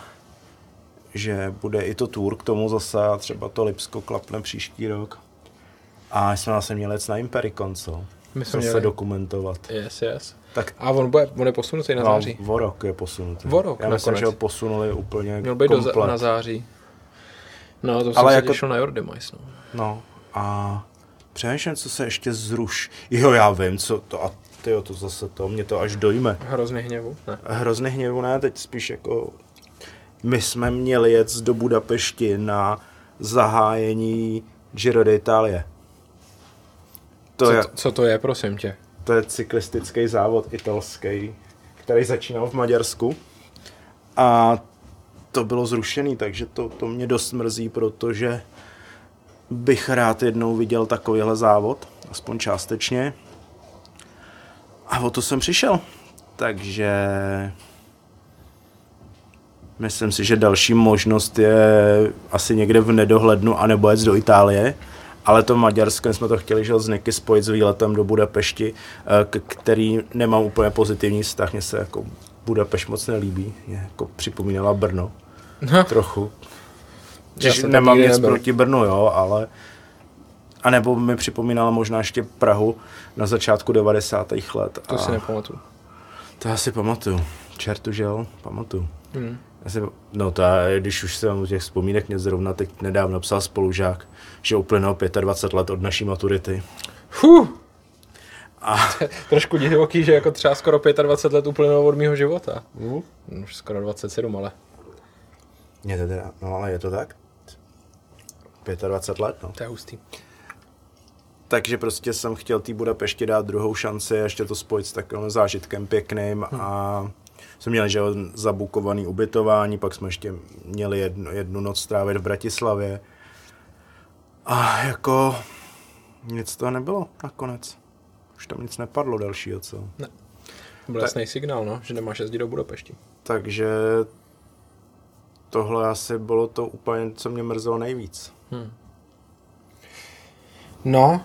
S1: že bude i to tour k tomu zase a třeba to Lipsko klapne příští rok. A jsme vlastně měli jet na Impericon, co?
S2: My jsme
S1: Zase
S2: měli.
S1: dokumentovat.
S2: Yes, yes.
S1: Tak
S2: A on, bude, on je posunutý na
S1: no,
S2: září.
S1: o rok je posunutý.
S2: O rok
S1: Já myslím,
S2: nakonec.
S1: že ho posunuli úplně
S2: Měl být do,
S1: komplet.
S2: za- na září. No, to jsem
S1: Ale
S2: Ale se
S1: jako-
S2: jako... těšil na Jordemis, no.
S1: No a přemýšlím, co se ještě zruš. Jo, já vím, co to a tyjo, to zase to, mě to až dojme.
S2: Hrozně hněvu. Ne.
S1: Hrozný hněvu ne, teď spíš jako my jsme měli jet do Budapešti na zahájení Giro d'Italie. To,
S2: co,
S1: je,
S2: to, co to je, prosím tě?
S1: to je cyklistický závod italský, který začínal v Maďarsku. A to bylo zrušený, takže to, to mě dost mrzí, protože bych rád jednou viděl takovýhle závod, aspoň částečně. A o to jsem přišel. Takže myslím si, že další možnost je asi někde v nedohlednu, anebo jet do Itálie. Ale to Maďarsko, my jsme to chtěli že jo, s Niky spojit s výletem do Budapešti, eh, k- který nemám úplně pozitivní vztah. Mně se jako Budapešť moc nelíbí. Mě jako připomínala Brno. trochu.
S2: Já
S1: Což
S2: jsem tam
S1: nemám
S2: nikdy
S1: nic
S2: nebyl.
S1: proti Brnu, jo, ale... A nebo mi připomínala možná ještě Prahu na začátku 90. let.
S2: To
S1: a...
S2: si nepamatuju.
S1: To já si pamatuju. Čertu žel, pamatuju.
S2: Hmm.
S1: Já si, no to já, když už jsem u těch vzpomínek, mě zrovna teď nedávno napsal spolužák, že uplynulo 25 let od naší maturity.
S2: Huh.
S1: A
S2: Trošku divoký, že jako třeba skoro 25 let uplynulo od mého života. Uh. Už skoro 27, ale.
S1: je to teda, no ale je to tak? 25 let, no.
S2: To je hustý.
S1: Takže prostě jsem chtěl té Budapešti dát druhou šanci, ještě to spojit s takovým zážitkem pěkným a jsme měli že jo, zabukovaný ubytování, pak jsme ještě měli jednu, jednu noc strávit v Bratislavě a jako nic toho nebylo nakonec. Už tam nic nepadlo dalšího, co?
S2: To byl jasný signál, no, že nemáš jezdit do Budapešti.
S1: Takže tohle asi bylo to úplně, co mě mrzelo nejvíc.
S2: No,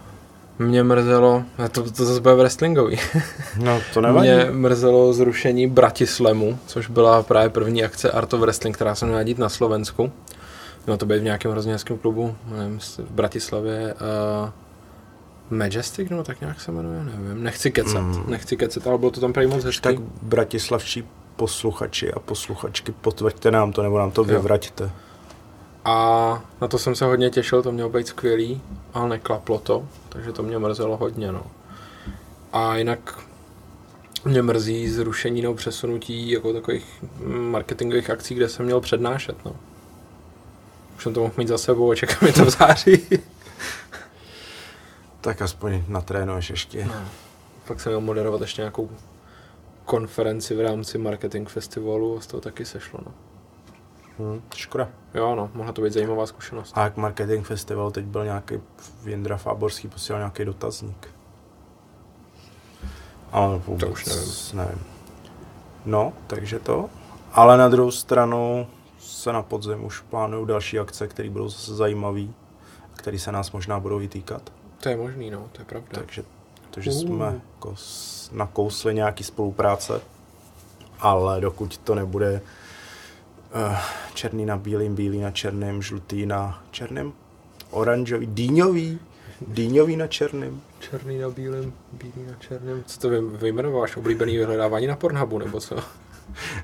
S2: mě mrzelo, a to, to zase bude wrestlingový,
S1: No, to
S2: mě mrzelo zrušení Bratislemu, což byla právě první akce Art of Wrestling, která se měla dít na Slovensku. No to být v nějakém hrozně hezkém klubu, nevím, jestli v Bratislavě, uh, Majestic, nebo tak nějak se jmenuje, nevím, nechci kecat, mm. nechci kecat, ale bylo to tam prý moc hezký.
S1: Hmm. Tak bratislavští posluchači a posluchačky, potvrďte nám to, nebo nám to vyvraťte.
S2: A na to jsem se hodně těšil, to mělo být skvělý, ale neklaplo to, takže to mě mrzelo hodně, no. A jinak mě mrzí zrušení nebo přesunutí jako takových mm, marketingových akcí, kde jsem měl přednášet, no. Už jsem to mohl mít za sebou a čekám je to v září.
S1: Tak aspoň natrénuješ ještě. No.
S2: Pak jsem měl moderovat ještě nějakou konferenci v rámci marketing festivalu a z toho taky sešlo, no.
S1: Hmm, škoda.
S2: Jo, no, mohla to být zajímavá zkušenost.
S1: A jak marketing festival teď byl nějaký, Jindra Fáborský posílal nějaký dotazník. Ale vůbec
S2: To už nevím.
S1: nevím. No, takže to. Ale na druhou stranu se na podzim už plánují další akce, které budou zase zajímavé, které se nás možná budou i týkat.
S2: To je možný, no, to je pravda.
S1: Takže, takže
S2: Mm.
S1: jsme jako s- nakousli nějaký spolupráce, ale dokud to nebude eh, černý na bílým, bílý na černém, žlutý na černém, oranžový, dýňový, dýňový na černém.
S2: Černý na bílém, bílý na černém. Co to vy- vyjmenováš? Oblíbený vyhledávání na Pornhubu, nebo co?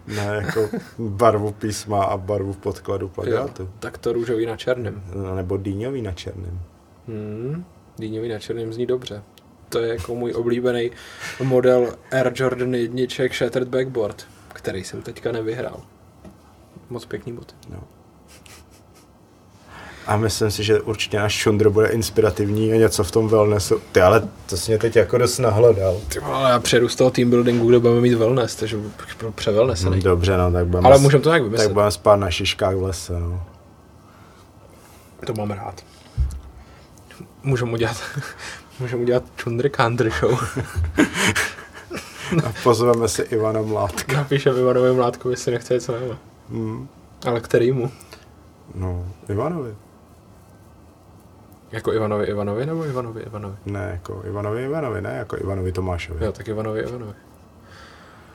S1: Ne, jako barvu písma a barvu podkladu plagátu.
S2: tak to růžový na černém.
S1: No, Nebo dýňový na černém.
S2: Hmm, dýňový na černém zní dobře. To je jako můj oblíbený model Air Jordan jedniček Shattered Backboard, který jsem teďka nevyhrál. Moc pěkný bod.
S1: No. A myslím si, že určitě náš Šundro bude inspirativní a něco v tom wellnessu. Ty, ale to jsi mě teď jako dost nahlodal.
S2: Ty vole, já přejdu z toho team buildingu, kde budeme mít wellness, takže bych byl přewellnessený.
S1: Hmm, dobře, no, tak budeme,
S2: Ale
S1: s-
S2: můžeme to nějak
S1: tak
S2: vymyslet.
S1: budeme spát na šiškách v lese, no.
S2: To mám rád. Můžeme udělat, můžeme udělat Chundry Kandry show.
S1: A pozveme si Ivana Mládka.
S2: Napíšem Ivanovi Mládku, jestli nechce něco nebo.
S1: Hmm.
S2: Ale kterýmu?
S1: No, Ivanovi.
S2: Jako Ivanovi Ivanovi nebo Ivanovi Ivanovi?
S1: Ne, jako Ivanovi Ivanovi, ne, jako Ivanovi Tomášovi.
S2: Jo, tak Ivanovi Ivanovi.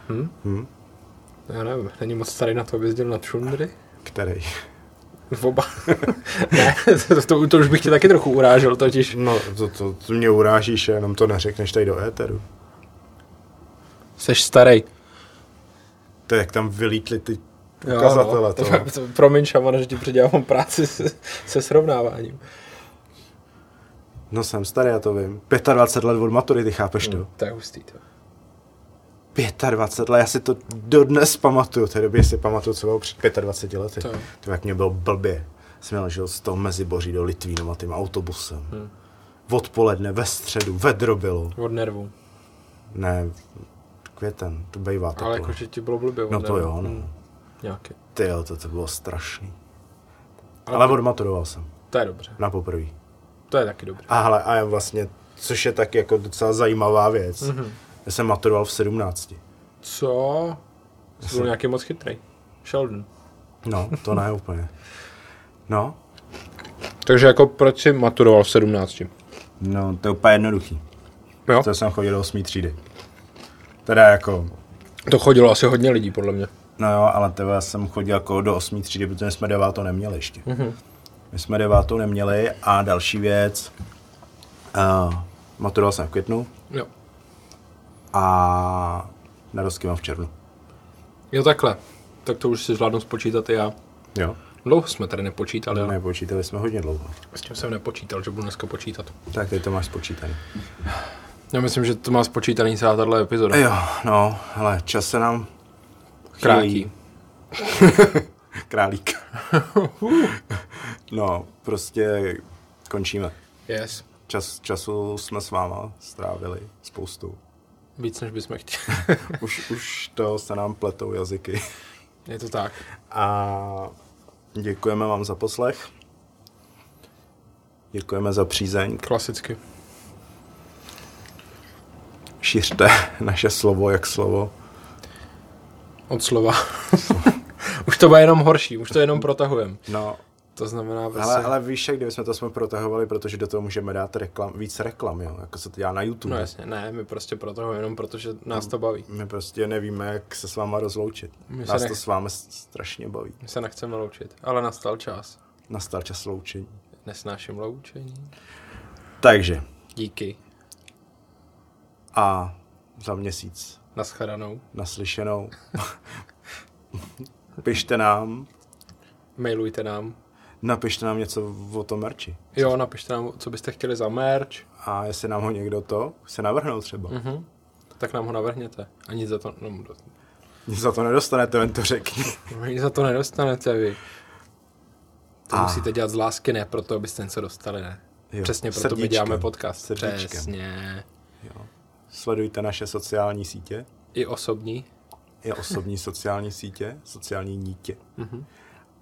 S2: Hm?
S1: Hm?
S2: Já nevím, není moc starý na to, aby jezdil na Čundry?
S1: Který?
S2: V Oba. ne, to, to, to, už bych tě taky trochu urážel totiž.
S1: No, to, to, to mě urážíš, jenom to neřekneš tady do éteru.
S2: Seš starý.
S1: To je, jak tam vylítli ty ukazatele.
S2: to,
S1: toho.
S2: to, to, no. promiň, šaman, že ti předělávám práci se, se srovnáváním.
S1: No jsem starý, já to vím. 25 let od maturity, chápeš to?
S2: To je hustý to.
S1: 25 let, já si to dodnes pamatuju, té době si pamatuju, co bylo před 25 lety.
S2: To
S1: To,
S2: jo.
S1: to jak mě bylo blbě. Jsem měl, že z toho meziboří do Litvínova tím autobusem. Hmm. Odpoledne, ve středu, ve drobilo.
S2: Od nervů.
S1: Ne, květen, to bývá
S2: Ale jako
S1: takhle.
S2: jakože ti bylo blbě od
S1: No to
S2: nervů.
S1: jo, no.
S2: Hm, Nějaký.
S1: Ty jo, to, to bylo strašný.
S2: Ale-
S1: Ale, ale odmaturoval jsem,
S2: To je dobře.
S1: na poprvé.
S2: To je taky dobré.
S1: A hele, a já vlastně, což je tak jako docela zajímavá věc.
S2: Mhm.
S1: Mm-hmm. Já jsem maturoval v 17.
S2: Co? Jsi byl nějaký moc chytrý. Sheldon.
S1: No, to ne úplně. No,
S2: Takže jako proč jsi maturoval v 17?
S1: no, to je úplně jednoduchý.
S2: Jo?
S1: To jsem chodil do 8. třídy. Teda jako,
S2: To chodilo asi hodně lidí, podle mě.
S1: No jo, ale tebe já jsem chodil jako do 8. třídy, protože jsme devátou neměli ještě. Mm-hmm. My jsme devátou neměli a další věc, uh, maturoval jsem v květnu
S2: Jo.
S1: a narostky mám v červnu.
S2: Jo, takhle. Tak to už si zvládnu spočítat i já.
S1: Jo.
S2: Dlouho jsme tady nepočítali, ale
S1: Nepočítali jsme hodně dlouho.
S2: s tím jsem nepočítal, že budu dneska počítat.
S1: Tak teď to máš spočítané.
S2: Já myslím, že to má spočítaný celá tahle epizoda.
S1: Jo, no, hele, čas se nám chýlí.
S2: Krátí.
S1: Králík. no, prostě končíme.
S2: Yes.
S1: Čas, času jsme s váma strávili spoustu.
S2: Víc, než bychom chtěli.
S1: Už, už to se nám pletou jazyky.
S2: Je to tak.
S1: A děkujeme vám za poslech. Děkujeme za přízeň.
S2: Klasicky.
S1: Šiřte naše slovo jak slovo.
S2: Od slova. už to bude jenom horší, už to jenom protahujem.
S1: No,
S2: To znamená prostě...
S1: ale, ale víš, jak kdybychom to aspoň protahovali, protože do toho můžeme dát reklam, víc reklam, jo, jako se to dělá na YouTube.
S2: No jasně, ne, my prostě protahujeme jenom protože nás to baví.
S1: My prostě nevíme, jak se s váma rozloučit.
S2: My se
S1: Nás
S2: nech-
S1: to s vámi s- strašně baví.
S2: My se nechceme loučit, ale nastal čas.
S1: Nastal čas loučení.
S2: Nesnáším loučení.
S1: Takže
S2: Díky.
S1: a za měsíc
S2: Naschledanou.
S1: naslyšenou. Pište nám,
S2: Mailujte nám.
S1: napište nám něco o tom merči.
S2: Jo, napište nám, co byste chtěli za merch.
S1: A jestli nám ho někdo to se navrhnou třeba. Mm.
S2: Mhm. Tak nám ho navrhněte. A nic za to, no, do-
S1: Nic za to nedostanete, jen to řekni.
S2: nic za to nedostanete vy. To
S1: A.
S2: a. musíte dělat z lásky, ne proto, abyste něco dostali, ne.
S1: Jo,
S2: Jo. Přesně proto
S1: srdíčkem.
S2: my děláme podcast.
S1: Srdíčkem.
S2: Přesně.
S1: Jo. Sledujte naše sociální sítě,
S2: I osobní.
S1: i osobní sociální sítě, sociální nítě.
S2: Mhm.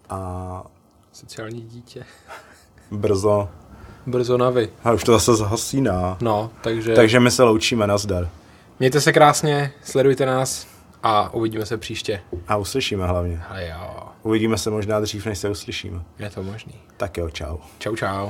S1: A
S2: Sociální dítě.
S1: brzo,
S2: Brzo na vy.
S1: a už to zase zhasíná.
S2: No, takže...
S1: Takže my se loučíme, nazdar.
S2: Mějte se krásně, sledujte nás a uvidíme se příště.
S1: A uslyšíme hlavně.
S2: A jo,
S1: Uvidíme se možná dřív, než se uslyšíme.
S2: je to možný.
S1: Tak jo, čau.
S2: Čau, čau.